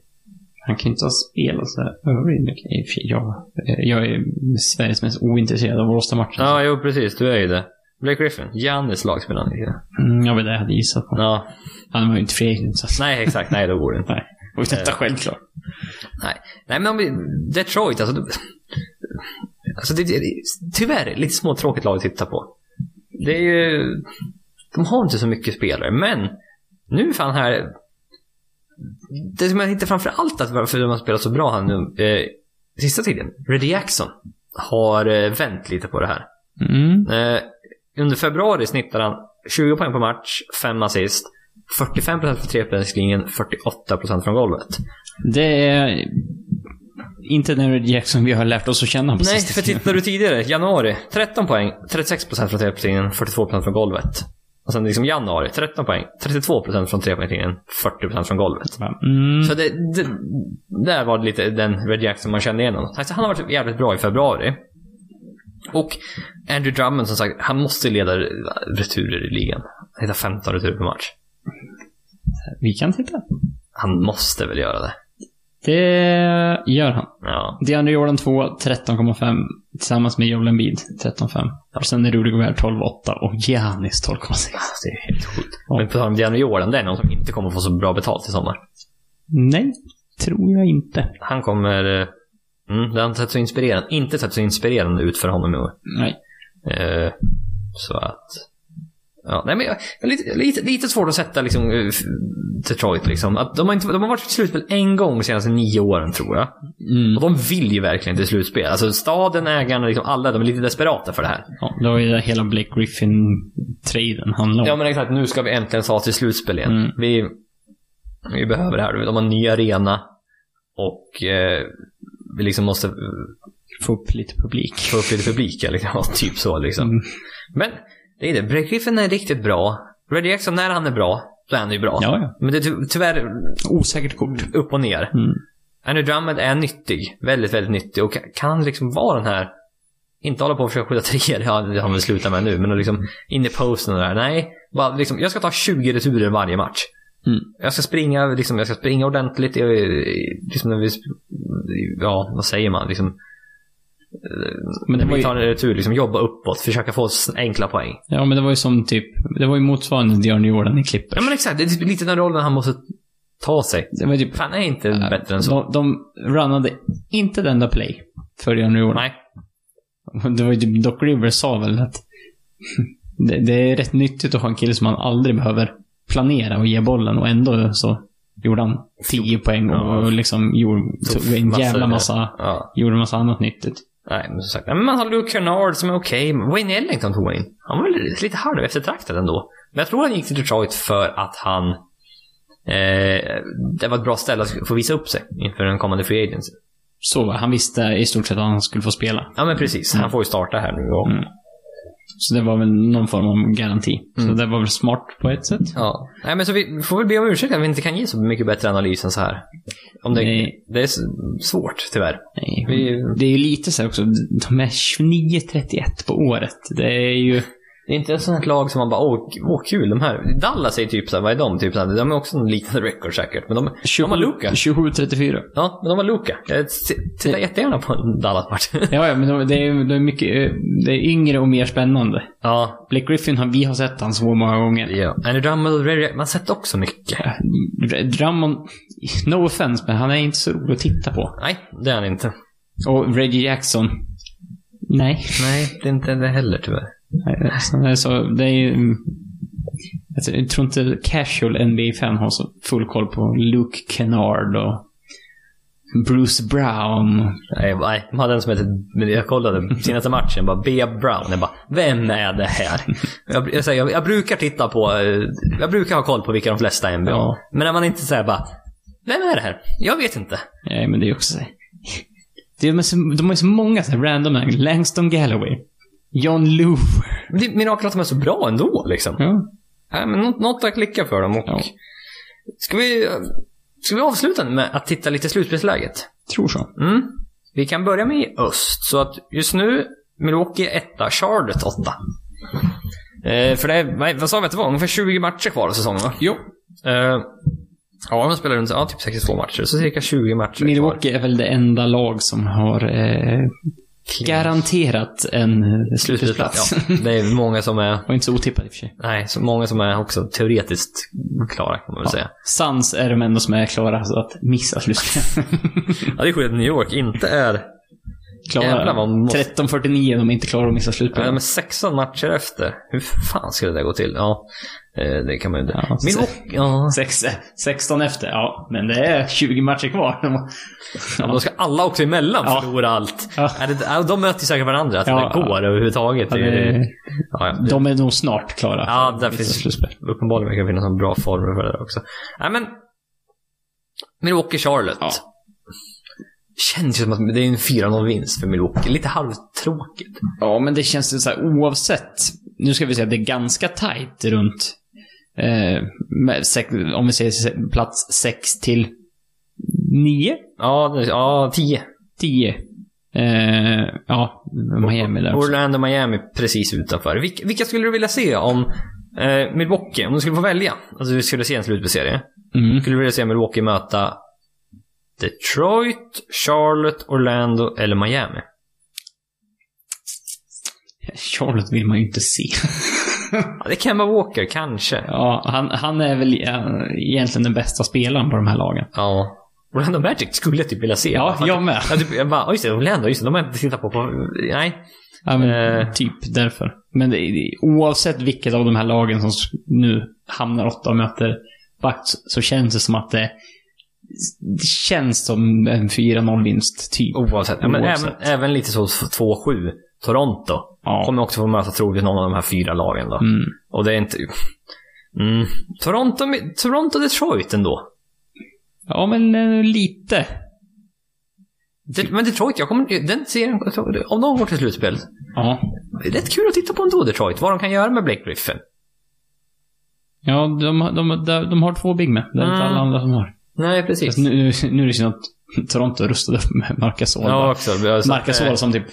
S2: Han kan ju inte ha spelat så här övrigt mycket. I och för sig, Jag, Eh, jag är Sveriges mest ointresserade av Råsta-matchen.
S1: Ja, jo precis. Du är ju det. Blake Griffin. Giannis lagspelare.
S2: Mm, jag vet det, jag hade gissat på.
S1: Ja.
S2: Han var ju inte free agent, så att- Eh.
S1: Nej, exakt. Nej, då går det inte.
S2: Nej. Och detta självklart.
S1: Nej. Nej, men om vi... Detroit, alltså. du- Alltså, det, det, tyvärr lite småtråkigt lag att titta på. Det är ju... De har inte så mycket spelare, men nu fan här... Det som jag hittar framför allt att varför de har spelat så bra här nu, eh, sista tiden, Reddy Jackson har eh, vänt lite på det här.
S2: Mm.
S1: Eh, under februari snittar han 20 poäng per match, 5 assist, 45% från trepoängslinjen, 48% från golvet.
S2: Det är inte den Red Jackson vi har lärt oss att känna på
S1: Nej,
S2: sistone.
S1: för tittar du tidigare, januari, 13 poäng, 36% från trepoängslinjen, 42% från golvet. Och sen liksom januari, 13 poäng, 32% från trepoängslinjen, 40% från golvet.
S2: Mm.
S1: Så det, det, där var det lite den Red Jackson man kände igen honom. Alltså, han har varit jävligt bra i februari. Och Andrew Drummond som sagt, han måste leda returer i ligan. Han hittar 15 returer per match.
S2: Vi kan titta.
S1: Han måste väl göra det.
S2: Det gör han.
S1: Ja.
S2: DeAndre Jordan 2, 13,5. Tillsammans med Joel Embiid, 13,5. Och sen är Rudy Gobert 12,8 och Giannis 12,6.
S1: Det är helt sjukt.
S2: Ja.
S1: Men på tal om Dejan Jordan, det är någon som inte kommer få så bra betalt i sommar.
S2: Nej, tror jag inte.
S1: Han kommer... eh, Mm, det har inte sett så inspirerande, inte sett så inspirerande ut för honom i år.
S2: Nej.
S1: Eh, så att... Ja, nej men jag, jag är lite, lite, lite svårt att sätta liksom, eh, f- Detroit liksom. Att de, har inte, de har varit i slutspel en gång de senaste nio åren tror jag.
S2: Mm.
S1: Och de vill ju verkligen till slutspel. Alltså staden, ägarna, liksom, alla de är lite desperata för det här.
S2: Ja, det var ju det hela Blake Griffin-traden handlade
S1: Ja
S2: om.
S1: men exakt, nu ska vi äntligen ta oss till slutspel igen.
S2: Mm.
S1: Vi, vi behöver det här. De har en ny arena. Och eh, vi liksom måste
S2: Få upp lite publik.
S1: få upp lite publik. Eller liksom, (laughs) typ så liksom.
S2: Mm.
S1: Men det är det. Blake Griffin är riktigt bra. Reddy Jackson, när han är bra, då är han ju bra.
S2: Ja, ja.
S1: Men det är ty- tyvärr
S2: Osäkert kort.
S1: upp och ner.
S2: Mm.
S1: Andrew Drummond är nyttig. Väldigt, väldigt nyttig. Och kan- kan liksom vara den här... Inte hålla på och försöka skjuta treor, ja, det har han väl slutat med nu, men att liksom in i posten och det där. Nej, bara liksom, jag ska ta 20 returer varje match.
S2: Mm.
S1: Jag ska springa, liksom, jag ska springa ordentligt. Jag, liksom när vi, sp- ja, vad säger man? Liksom,
S2: Men det
S1: när
S2: var
S1: vi
S2: ju,
S1: tar en retur, liksom, jobba uppåt, försöka få s- enkla poäng.
S2: ja, men det var ju som typ, det var ju motsvarande DeAndre Jordan i klippet.
S1: Ja men exakt, det är typ lite den rollen han måste ta sig.
S2: Det var typ,
S1: Fan är inte bättre än så.
S2: de, de runnade inte den där play för DeAndre Jordan.
S1: Nej.
S2: Det var ju typ Doc Rivers sa väl att (laughs) det, det är rätt nyttigt att ha en kille som man aldrig behöver planera och ge bollen och ändå så gjorde han 10 poäng och, och liksom gjorde,
S1: Tog
S2: tog en
S1: massor
S2: jävla
S1: där.
S2: massa,
S1: Ja.
S2: gjorde en massa annat nyttigt.
S1: Nej, men som sagt. Men man har Luke Kennard som är okej. men Wayne Ellington tog man in. Han var väl lite halv eftertraktad ändå. Men jag tror han gick till Detroit för att han... Eh, det var ett bra ställe att få visa upp sig inför den kommande Free Agency.
S2: Så var det. han visste i stort sett att han skulle få spela.
S1: Ja, men precis. Han får ju starta här nu. Och,
S2: Mm. Så det var väl någon form av garanti. Så
S1: Mm.
S2: det var väl smart på ett sätt.
S1: Ja. Nej, men så vi får väl be om ursäkt att vi inte kan ge så mycket bättre analys än så här. Om det,
S2: Nej.
S1: det är s- svårt, tyvärr.
S2: Nej.
S1: Vi,
S2: Det är ju lite så här också, de är 29-31 på året. Det är ju...
S1: det är inte ett sånt här lag som man bara, åh, åh kul, de här. Dallas är typ såhär, vad är de? Typ så här, de är också en liknande record säkert. Men de, de har Luka.
S2: 27-34.
S1: Ja, men de har Luka. Jag t- tittar jättegärna på en Dallas-match.
S2: Ja, ja, men de- det är, de är mycket eh, det är yngre och mer spännande.
S1: (laughs) ja.
S2: Blake Griffin, har, vi har sett han så många gånger.
S1: ja. Andrew Drummond och Ray- man har sett också mycket.
S2: Dr- Drummond, no offense, men han är inte så rolig att titta på.
S1: Nej, det är han inte.
S2: Och Reggie Jackson, nej.
S1: Nej, det är inte det heller tyvärr.
S2: Nej, så- nej, Så det är ju... mm, jag tror- Jag tror inte casual NBA-fan har så full koll på Luke Kennard och Bruce Brown.
S1: Nej, nej, de hade en som hette, men jag kollade senaste matchen, bara Bea Brown. Jag bara, vem är det (laughs) här? Jag, jag, säger, jag, jag brukar titta på, eh, jag brukar ha koll på vilka de flesta är NBA.
S2: Ja.
S1: Men när man inte säger bara, vem är det här? Jag vet inte.
S2: Nej, men det är också så här- det är så, De har ju så många så här random namn. Langston Galloway. John Luver.
S1: Men Det är mirakel att de är så bra ändå liksom.
S2: Ja.
S1: Nej, men något, något att klicka för dem och...
S2: Ja.
S1: Ska vi... eh, Ska vi avsluta med att titta lite slutspelsläget?
S2: Tror så.
S1: Mm. Vi kan börja med i öst. Så att just nu, Milwaukee är etta, Charlotte åtta. Eh, för det är, nej, vad sa vi att det var? Ungefär 20 matcher kvar av säsongen va?
S2: Jo.
S1: Eh, ja, de spelar runt ja, typ 62 matcher, så cirka 20 matcher kvar.
S2: Milwaukee är väl det enda lag som har eh, garanterat en eh, slutspelsplats. (laughs)
S1: Slutspelsplats. Ja, det är många som är...
S2: Och inte så otippat i och för sig.
S1: Nej, så många som är också teoretiskt klara kan man väl säga.
S2: Sans är de enda som är klara så att
S1: (laughs)
S2: missa slutspel.
S1: Ja, det är sjukt att New York inte är...
S2: klara.
S1: Jävlar, vad man måste-
S2: 13.49 de är inte klara att missa slutspel.
S1: Ja, men 16 matcher efter. Hur fan skulle det där gå till? Ja, eh, det kan man ju inte.
S2: Ja,
S1: Milwaukee, ja.
S2: Sex, 16 efter, ja. Men det är 20 matcher kvar. (laughs)
S1: Ja, men då ska alla också emellan
S2: Ja.
S1: förlora allt.
S2: Ja.
S1: Är det, ja, de möter ju säkert varandra, att
S2: Ja,
S1: det går överhuvudtaget.
S2: Ja,
S1: Det är-
S2: det-
S1: ja, ja.
S2: De är nog snart klara.
S1: Ja,
S2: för
S1: där
S2: att
S1: finns-
S2: missa slutspel.
S1: Uppenbarligen verkar det finnas en bra form för det där också. Nej, men... Milwaukee Charlotte.
S2: Ja.
S1: Känns ju som att det är en 4-0-vinst för Milwaukee. Lite halvtråkigt.
S2: Ja, men det känns ju så här oavsett. Nu ska vi säga att det är ganska tajt runt. Eh, med sex, om vi säger se- plats 6 till 9?
S1: Ja, det- ja 10.
S2: 10. Eh, ja, Miami där också.
S1: Orlando, Miami precis utanför. Vilka, vilka skulle du vilja se om eh, Milwaukee, om du skulle få välja? Alltså du skulle se en slutspelsserie.
S2: Mm.
S1: Skulle du vilja se Milwaukee möta Detroit, Charlotte, Orlando eller Miami?
S2: Charlotte vill man ju inte se. (laughs)
S1: Ja, det kan vara Walker, kanske.
S2: ja, han, han är väl eh, egentligen den bästa spelaren på de här lagen.
S1: Ja. Orlando Magic skulle jag typ vilja se.
S2: Ja,
S1: Fan,
S2: jag med.
S1: Ja, typ, jag bara, "Oj, just det, Orlando, just det, de har jag inte tittat på. på nej.
S2: Ja, men,
S1: Eh.
S2: Typ därför. Men det, det- oavsett vilket av de här lagen som s- nu hamnar åtta och möter Bucks så känns det som att det, det känns som en 4-0-vinst, typ.
S1: Oavsett. Ja, men
S2: Oavsett.
S1: Även, även lite så 2-7. Toronto
S2: Ja.
S1: kommer också få möta troligtvis någon av de här fyra lagen då.
S2: Mm.
S1: Och det är inte... Mm. Toronto, Toronto, Detroit ändå.
S2: ja, men eh, lite.
S1: Det, men Detroit, jag kommer, den serien, om de går till slutspel,
S2: Ja.
S1: det är rätt kul att titta på ändå Detroit, vad de kan göra med Blake Griffin.
S2: Ja, de, har- de, de, de har två Big med. Det är inte
S1: Mm.
S2: alla andra som har.
S1: Nej, precis.
S2: Fast Alltså, Nu, nu är det synd att Toronto rustade upp med Marcasol.
S1: Ja, också. Alltså, eh,
S2: Marcasol som typ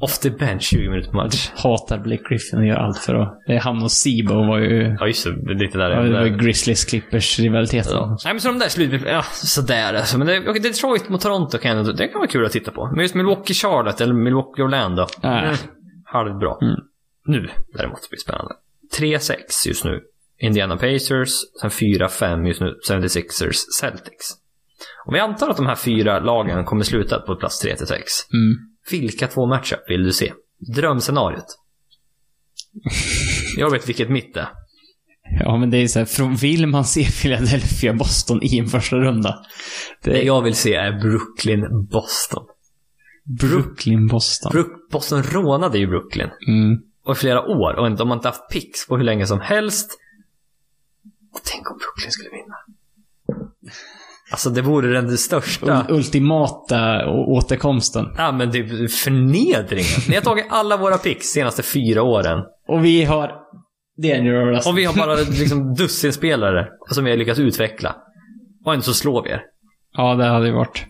S1: Off the bench, 20 minuter per match.
S2: hatar Blake Griffin och gör allt för att... eh, Han och Sibo var ju...
S1: Ja, just det. Lite där.
S2: Ja, det var ju
S1: där.
S2: Grizzlies Clippers rivaliteten.
S1: Ja. Nej, men så de där slut... Ja, sådär alltså. Men det, okej, Detroit mot Toronto kan jag ändå... Det kan vara kul att titta på. Men just Milwaukee Charlotte eller Milwaukee Orlando.
S2: Äh.
S1: Mm. Halvt bra.
S2: Mm.
S1: Nu däremot blir det spännande. 3-6 just nu. Indiana Pacers. Sen 4-5 just nu. 76ers Celtics. Om vi antar att de här fyra lagen kommer sluta på plats 3-6.
S2: Mm.
S1: Vilka två matcher vill du se? Drömscenariot. Jag vet vilket mitt är.
S2: Ja, men det är så här, från vill man se Philadelphia, Boston i en första runda? Det
S1: Det
S2: är
S1: jag vill se är Brooklyn, Boston.
S2: Brooklyn, Boston.
S1: Brook- Boston rånade ju Brooklyn.
S2: Mm.
S1: Och i flera år. Och de har inte haft picks på hur länge som helst. Tänk om Brooklyn skulle vinna. Alltså det vore den största...
S2: Ul- Ultimata å- återkomsten.
S1: Ja men typ förnedringen. Ni har tagit alla våra picks de senaste fyra åren.
S2: Och vi har... Det är en överraskning.
S1: Och vi har bara liksom dussin spelare som vi har lyckats utveckla. Och ändå så slår vi er.
S2: Ja, det hade ju varit.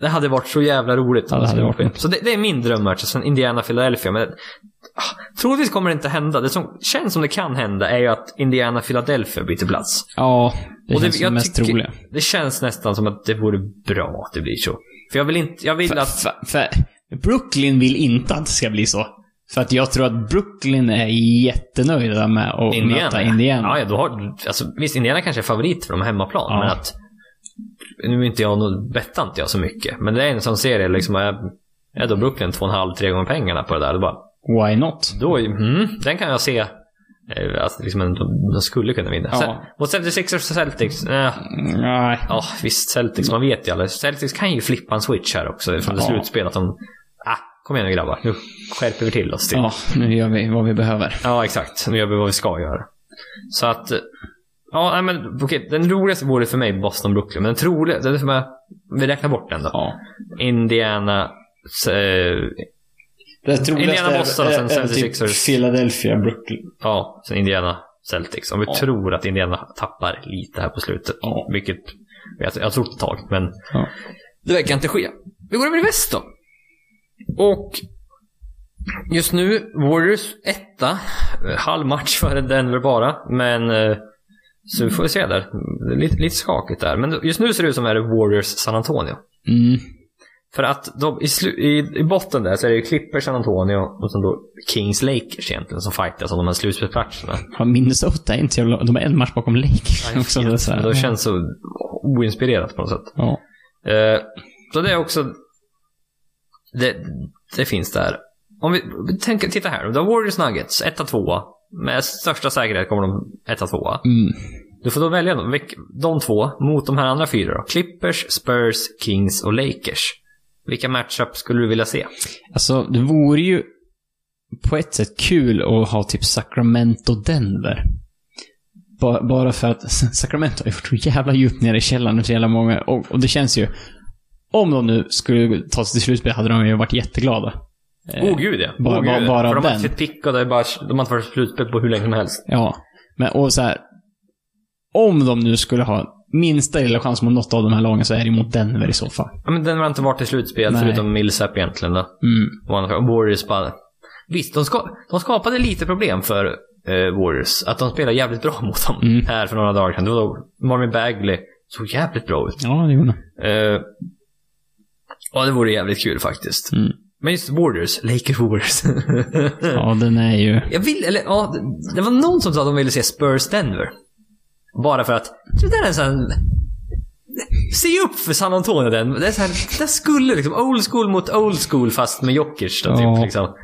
S1: Det hade varit så jävla roligt.
S2: Ja, det hade varit något.
S1: Så det, det är min drömmatch, sen Indiana-Philadelphia. Men ah, troligtvis kommer det inte hända. Det som känns som det kan hända är ju att Indiana-Philadelphia byter plats.
S2: Ja, det
S1: Och
S2: känns som det
S1: jag
S2: mest
S1: tycker-
S2: troliga.
S1: Det känns nästan som att det vore bra att det blir så. För jag vill inte, jag vill att...
S2: För, för Brooklyn vill inte att det ska bli så. För att jag tror att Brooklyn är jättenöjda med att möta Indiana.
S1: Ja, ja, då har, alltså, visst, Indiana kanske är favorit för de hemmapplan,
S2: Ja.
S1: men att... Nu är inte jag, nog- bettar inte jag så mycket, men det är en sån serie liksom. Är, är då Brooklyn två och en halv, tre gånger pengarna på det där, då bara...
S2: Why not?
S1: Då, är- mm, den kan jag se. eh, Alltså, liksom, en- de, de skulle kunna vinna.
S2: Ja.
S1: Sen, mot 76ers och Celtics. eh,
S2: Mm, Nej.
S1: Ja, visst. Celtics. Man vet ju alla. Celtics kan ju flippa en switch här också. Från det
S2: Ja.
S1: slutspel. Att de... Ah, kom igen nu grabbar. Nu skärper vi till oss. Typ. Ja.
S2: Ja, nu gör vi vad vi behöver.
S1: exakt. Nu gör vi vad vi ska göra. Så att... eh, Ja, nej, men okej. Den roligaste vore för mig Boston-Brooklyn. Men den troligaste... den För mig, vi räknar bort den då.
S2: Ja.
S1: Indiana... eh,
S2: Det troligaste
S1: Indiana,
S2: är-
S1: Boston och
S2: är-
S1: sen
S2: är väl
S1: 76ers.
S2: Philadelphia, Brooklyn.
S1: Ja, sen Indiana Celtics. Om vi
S2: Ja.
S1: tror att Indiana tappar lite här på slutet.
S2: Ja.
S1: Vilket jag, jag har trott ett tag, men
S2: Ja.
S1: det verkar inte ske. Vi går över i väst då. Och just nu, Warriors etta. Halv match före Denver bara, men eh, så vi får vi se där. Det är Lite, lite skakigt där. Men just nu ser det ut som att det är Warriors San Antonio.
S2: Mm.
S1: För att de, i, slu, i, i botten där så är det ju Clippers, San Antonio och sen då Kings Lakers egentligen som fightas om de här slutspelsplatserna.
S2: Ja, Minnesota är inte så jävla... De är en match bakom Lakers
S1: Ja,
S2: också.
S1: jag
S2: Det är
S1: vet,
S2: så
S1: men
S2: här.
S1: det känns så oinspirerat på något sätt.
S2: ja.
S1: Eh, så det är också... Det, det finns där. Om vi vi tänker, titta här. The Warriors Nuggets, 1-2. Med största säkerhet kommer de 1-2.
S2: Mm.
S1: Du får då välja dem. vilk- de två mot de här andra fyra då. Clippers, Spurs, Kings och Lakers. Vilka matchup skulle du vilja se?
S2: Alltså, det vore ju på ett sätt kul att ha typ Sacramento-Denver. Ba- Bara för att (laughs) Sacramento har ju varit så jävla djupt nere i källaren nu så jävla många. Och, och det känns ju... Om de nu skulle ta sig till slutspel hade de ju varit jätteglada. Eh,
S1: Åh gud ja.
S2: bara-
S1: Åh, gud, ja.
S2: bara- bara
S1: För de har
S2: den.
S1: haft sitt pick och det är bara, de har inte varit slutspel på hur länge som helst.
S2: Ja. Men och så här. Om de nu skulle ha minsta lilla chans mot något av de här lagen så är det ju mot Denver i så fall.
S1: Ja, men den har inte varit i slutspel
S2: Nej.
S1: förutom Millsap egentligen då.
S2: Mm.
S1: Och andra- och Warriors bara... Visst, de, ska, de skapade lite problem för eh, Warriors. Att de spelar jävligt bra mot dem
S2: Mm.
S1: här för några dagar sedan. Då, då Marvin Bagley såg jävligt bra ut.
S2: Ja, det gjorde de.
S1: Eh, ja, det vore jävligt kul faktiskt.
S2: Mm.
S1: Men just Warriors, Lakers Warriors. (laughs)
S2: Ja, den är ju...
S1: Jag vill, eller ja, det- det var någon som sa att de ville se Spurs Denver. Bara för att, det där är en sån här- Se upp för San Antonio den. Det är så här, det skulle liksom, old school mot old school fast med Jokic då, typ,
S2: Ja.
S1: liksom.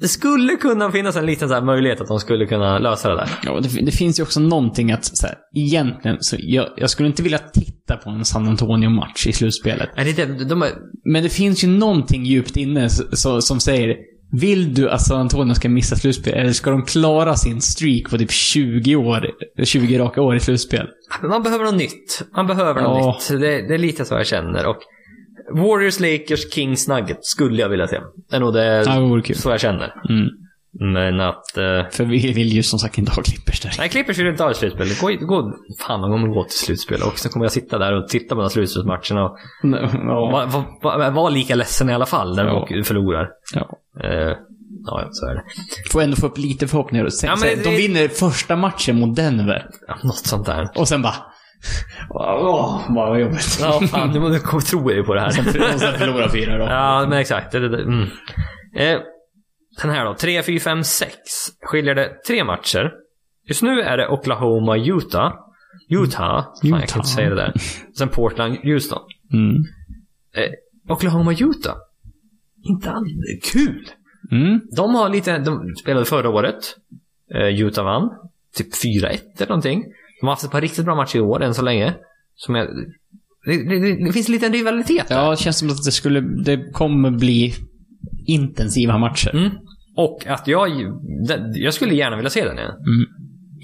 S1: Det skulle kunna finnas en liten så här möjlighet att de skulle kunna lösa det där.
S2: Ja, det, det finns ju också någonting att, så här, egentligen, så jag, jag skulle inte vilja titta på en San Antonio-match i slutspelet.
S1: Är det, det- de är,
S2: Men det finns ju någonting djupt inne så, så, som säger, vill du att San Antonio ska missa slutspel? Eller ska de klara sin streak på typ 20 år, 20 raka år i slutspel?
S1: man behöver något nytt. Man behöver något
S2: Ja.
S1: nytt. Det, det är lite så jag känner. Och Warriors, Lakers, Kings, Nuggets skulle jag vilja se. Det är nog det,
S2: Ja, det vore kul.
S1: så jag känner.
S2: Mm.
S1: Men att... eh,
S2: För vi vill ju som sagt inte ha Clippers där.
S1: Nej, Clippers vill inte ha ett slutspel. Gå, gå, fan, de kommer gå till slutspel och sen kommer jag sitta där och titta på de här slutspelsmatcherna och
S2: Ja.
S1: vara va, va, var lika ledsen i alla fall när
S2: Ja.
S1: de förlorar.
S2: Ja.
S1: Eh, ja, så är det.
S2: Får ändå få upp lite förhoppningar. och Sen,
S1: Ja, men
S2: sen,
S1: det-
S2: de vinner första matchen mot Denver.
S1: Ja, något sånt där.
S2: Och sen bara... Åh, vad jobbigt. (laughs)
S1: Ja, fan, nu, nu kommer tror jag ju på det här.
S2: Och sen förlorar fyra då.
S1: Ja, men exakt. Det, det, det. Mm. Eh, den här då. 3, 4, 5, 6. Skiljer det tre matcher. Just nu är det Oklahoma, Utah. Utah. Fan, jag
S2: Utah.
S1: kan inte säga det där. Sen Portland, Houston.
S2: Mm.
S1: Eh, Oklahoma, Utah. Inte alls kul.
S2: Mm.
S1: De har lite, de spelade förra året. Eh, Utah vann. typ 4-1 eller någonting. De har haft ett par riktigt bra matcher i år än så länge. Som jag, det, det, det finns en liten rivalitet där.
S2: Ja, det känns som att det, skulle, det kommer bli intensiva matcher.
S1: Mm. Och att jag, den- jag skulle gärna vilja se den igen.
S2: Mm.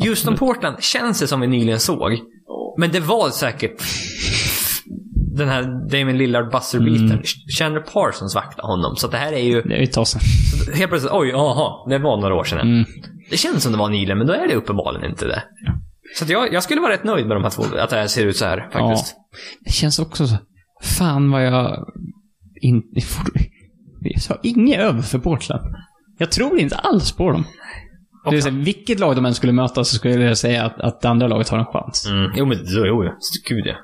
S1: Houston Portland känns det som vi nyligen såg. Men det var säkert den här Damien Lillard buzzer-beaten.
S2: Mm.
S1: Chandler Parsons vaktade honom. Så att det här är ju
S2: Det är ju ett tag sedan.
S1: helt plötsligt, oj, aha, det var några år sedan.
S2: Mm.
S1: Det känns som det var nyligen, men då är det uppenbarligen inte det. Så att jag, jag skulle vara rätt nöjd med de här två, att det här ser ut så här faktiskt.
S2: Det känns också så... Fan vad jag... In, (laughs) jag har inget över för Portland. Jag tror inte alls på dem. Det vill säga, vilket lag de än skulle möta så skulle jag säga att, att det andra laget har en chans.
S1: Mm. Jo, men jo, jo, gud ja.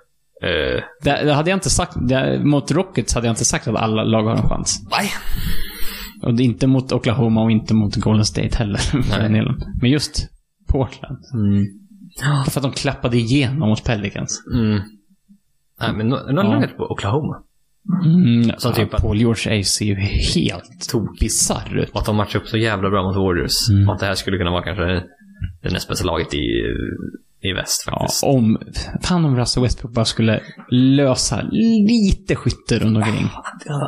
S1: Eh,
S2: Det, det hade jag inte sagt. Det, mot Rockets hade jag inte sagt att alla lag har en chans.
S1: nej.
S2: Och det är inte mot Oklahoma och inte mot Golden State heller. (laughs) för den delen. Men just Portland.
S1: Mm. Ja.
S2: För att de klappade igenom mot Pelicans.
S1: Mm. Nej, men nå- någon
S2: Ja.
S1: ja. på Oklahoma.
S2: Mm,
S1: Som typ
S2: ja,
S1: att-
S2: Paul George är- ser ju helt
S1: Tokigt.
S2: bisarr ut.
S1: Och att de matchar upp så jävla bra mot Warriors.
S2: Mm.
S1: Och att det här skulle kunna vara kanske det näst bästa laget i, i väst
S2: Ja,
S1: faktiskt.
S2: om... Fan om Russell Westbrook bara skulle lösa lite skytte runt omkring.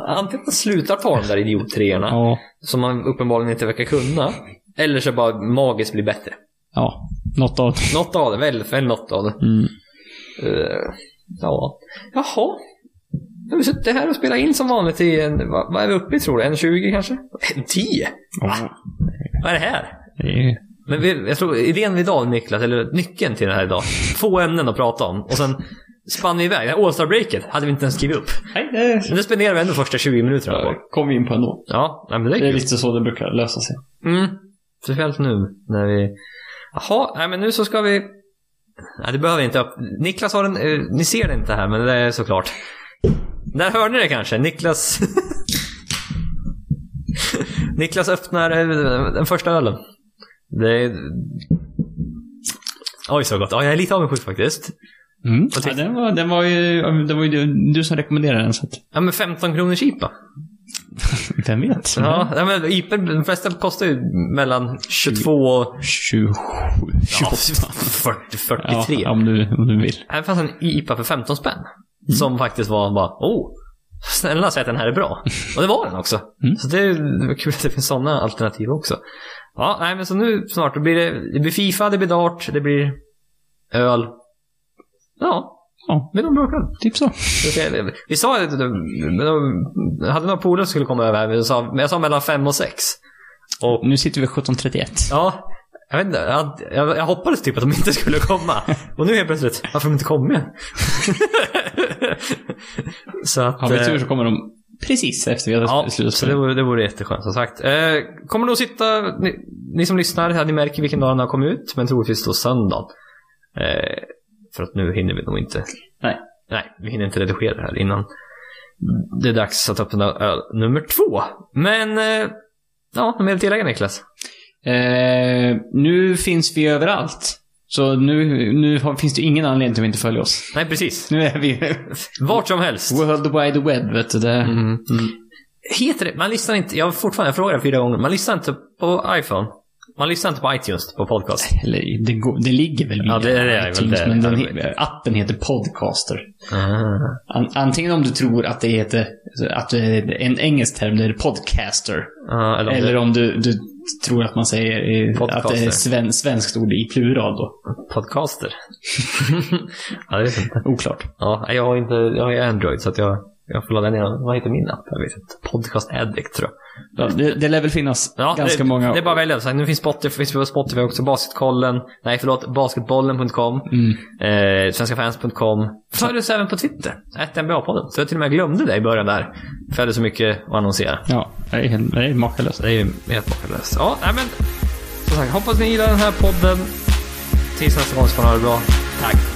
S1: Antingen att man slutar ta de där idiottreorna,
S2: Ja.
S1: som man uppenbarligen inte verkar kunna. Eller så bara magiskt blir bättre.
S2: Ja. Något av
S1: Något av det, väl, väl något av det.
S2: mm.
S1: Eh, ja. Jaha. Nu har vi suttit här och spelat in som vanligt i en, vad, vad är vi uppe i tror du? En 20 kanske? En 10? Vad är det här?
S2: Det är ju-
S1: Men vi, jag tror idén idag Niklas, eller nyckeln till det här idag. Få ämnen att prata om. Och sen spann vi iväg. Det här All-star-breaket hade vi inte ens skrivit upp.
S2: Nej, det
S1: Men det spenderar vi ändå första 20 minuterna på.
S2: kom vi in på ändå.
S1: Ja, nej, men det är
S2: Det är
S1: kul.
S2: lite så det brukar lösa sig.
S1: Mm. Speciellt nu när vi... Jaha, nej men nu så ska vi... Nej, det behöver vi inte upp. Niklas har en... eh, Ni ser det inte här, men det är såklart. Där hör ni det kanske. Niklas... (laughs) Niklas öppnar eh, den första ölen. Det är... Oj, så gott. Ja, jag är lite avundsjuk faktiskt.
S2: Mm.
S1: tyckte-
S2: Ja, den, var, den, var ju, den var ju du- du som rekommenderade den. Så att,
S1: Ja, men 15 kronors IPA.
S2: vem vet?
S1: Ja, nej, men IPA, de flesta kostar ju mellan 22 och...
S2: 27, 28.
S1: 40, 43.
S2: Ja, om, du, om du vill.
S1: Här fanns en IPA för 15 spänn. Som faktiskt var bara, oh, snälla säg att den här är bra. Och det var den också.
S2: Mm.
S1: Så det är det var kul att det finns sådana alternativ också. Ja, nej men så nu snart, då blir det, det blir Fifa, det blir dart, det blir öl. Ja,
S2: Ja,
S1: det blir nog bra kväll.
S2: typ så.
S1: Så det- Vi sa att jag hade några polare som skulle komma över här, men jag sa, men jag sa mellan fem och sex. Och
S2: Nu sitter vi 17.31.
S1: Ja, jag vet inte. Jag, jag, jag hoppades typ att de inte skulle komma. Och nu helt plötsligt, varför har de inte kommit? (laughs) så att...
S2: Har vi tur
S1: eh,
S2: så kommer de precis efter vi har
S1: Ja,
S2: slutat
S1: så det
S2: spela.
S1: vore, det vore jätteskönt som sagt. Eh, kommer då sitta, ni, ni som lyssnar, här, ni märker vilken dag den har kommit ut, men troligtvis då söndagen. Eh, för att nu hinner vi nog inte.
S2: Nej.
S1: Nej, vi hinner inte redigera det här innan. Det är dags att öppna öl nummer två. Men, eh, ja, något mer att tillägga Niklas?
S2: Eh, nu finns vi överallt. Så nu, nu har, finns det ingen anledning till att inte följa oss.
S1: Nej, precis.
S2: Nu är vi
S1: Vart som helst.
S2: World Wide Web, vet du. Det.
S1: Mm. Heter det, man lyssnar inte, jag har fortfarande frågat fyra gånger, man lyssnar inte på iPhone. Man lyssnar inte på iTunes på podcast.
S2: Eller, det, går, det ligger väl
S1: Ja, det- det är väl
S2: iTunes,
S1: det.
S2: men den,
S1: Ja, det är
S2: he- appen heter Podcaster. An, antingen om du tror att det heter, alltså, att det är en engelsk term, det är podcaster.
S1: Ja, Ah, eller,
S2: Eller om du, du tror att man säger eh,
S1: Podcaster.
S2: att det är sven, svenskt ord i plural då.
S1: podcaster. (laughs) ja, det vet jag inte.
S2: Oklart.
S1: Ja, jag har inte, jag har ju Android så att jag, jag får ladda ner, vad heter min app? Jag vet inte. Podcast Addict tror jag.
S2: Ja, det, det lär väl finnas
S1: Ja,
S2: ganska
S1: det,
S2: många.
S1: Det är bara att välja. Så här, nu finns Spotify, finns på Spotify också, Basketkollen, nej förlåt, Basketbollen.com,
S2: Mm.
S1: eh, Svenskafans.com. Följ oss även på Twitter, NBA-podden. Så jag till och med glömde det i början där. För jag hade så mycket att annonsera.
S2: Ja, det är, helt- det är makalöst.
S1: Det är ju helt makalöst. Ja, nej men. Som sagt, hoppas ni gillar den här podden. Tills nästa gång så får ni ha det bra. Tack.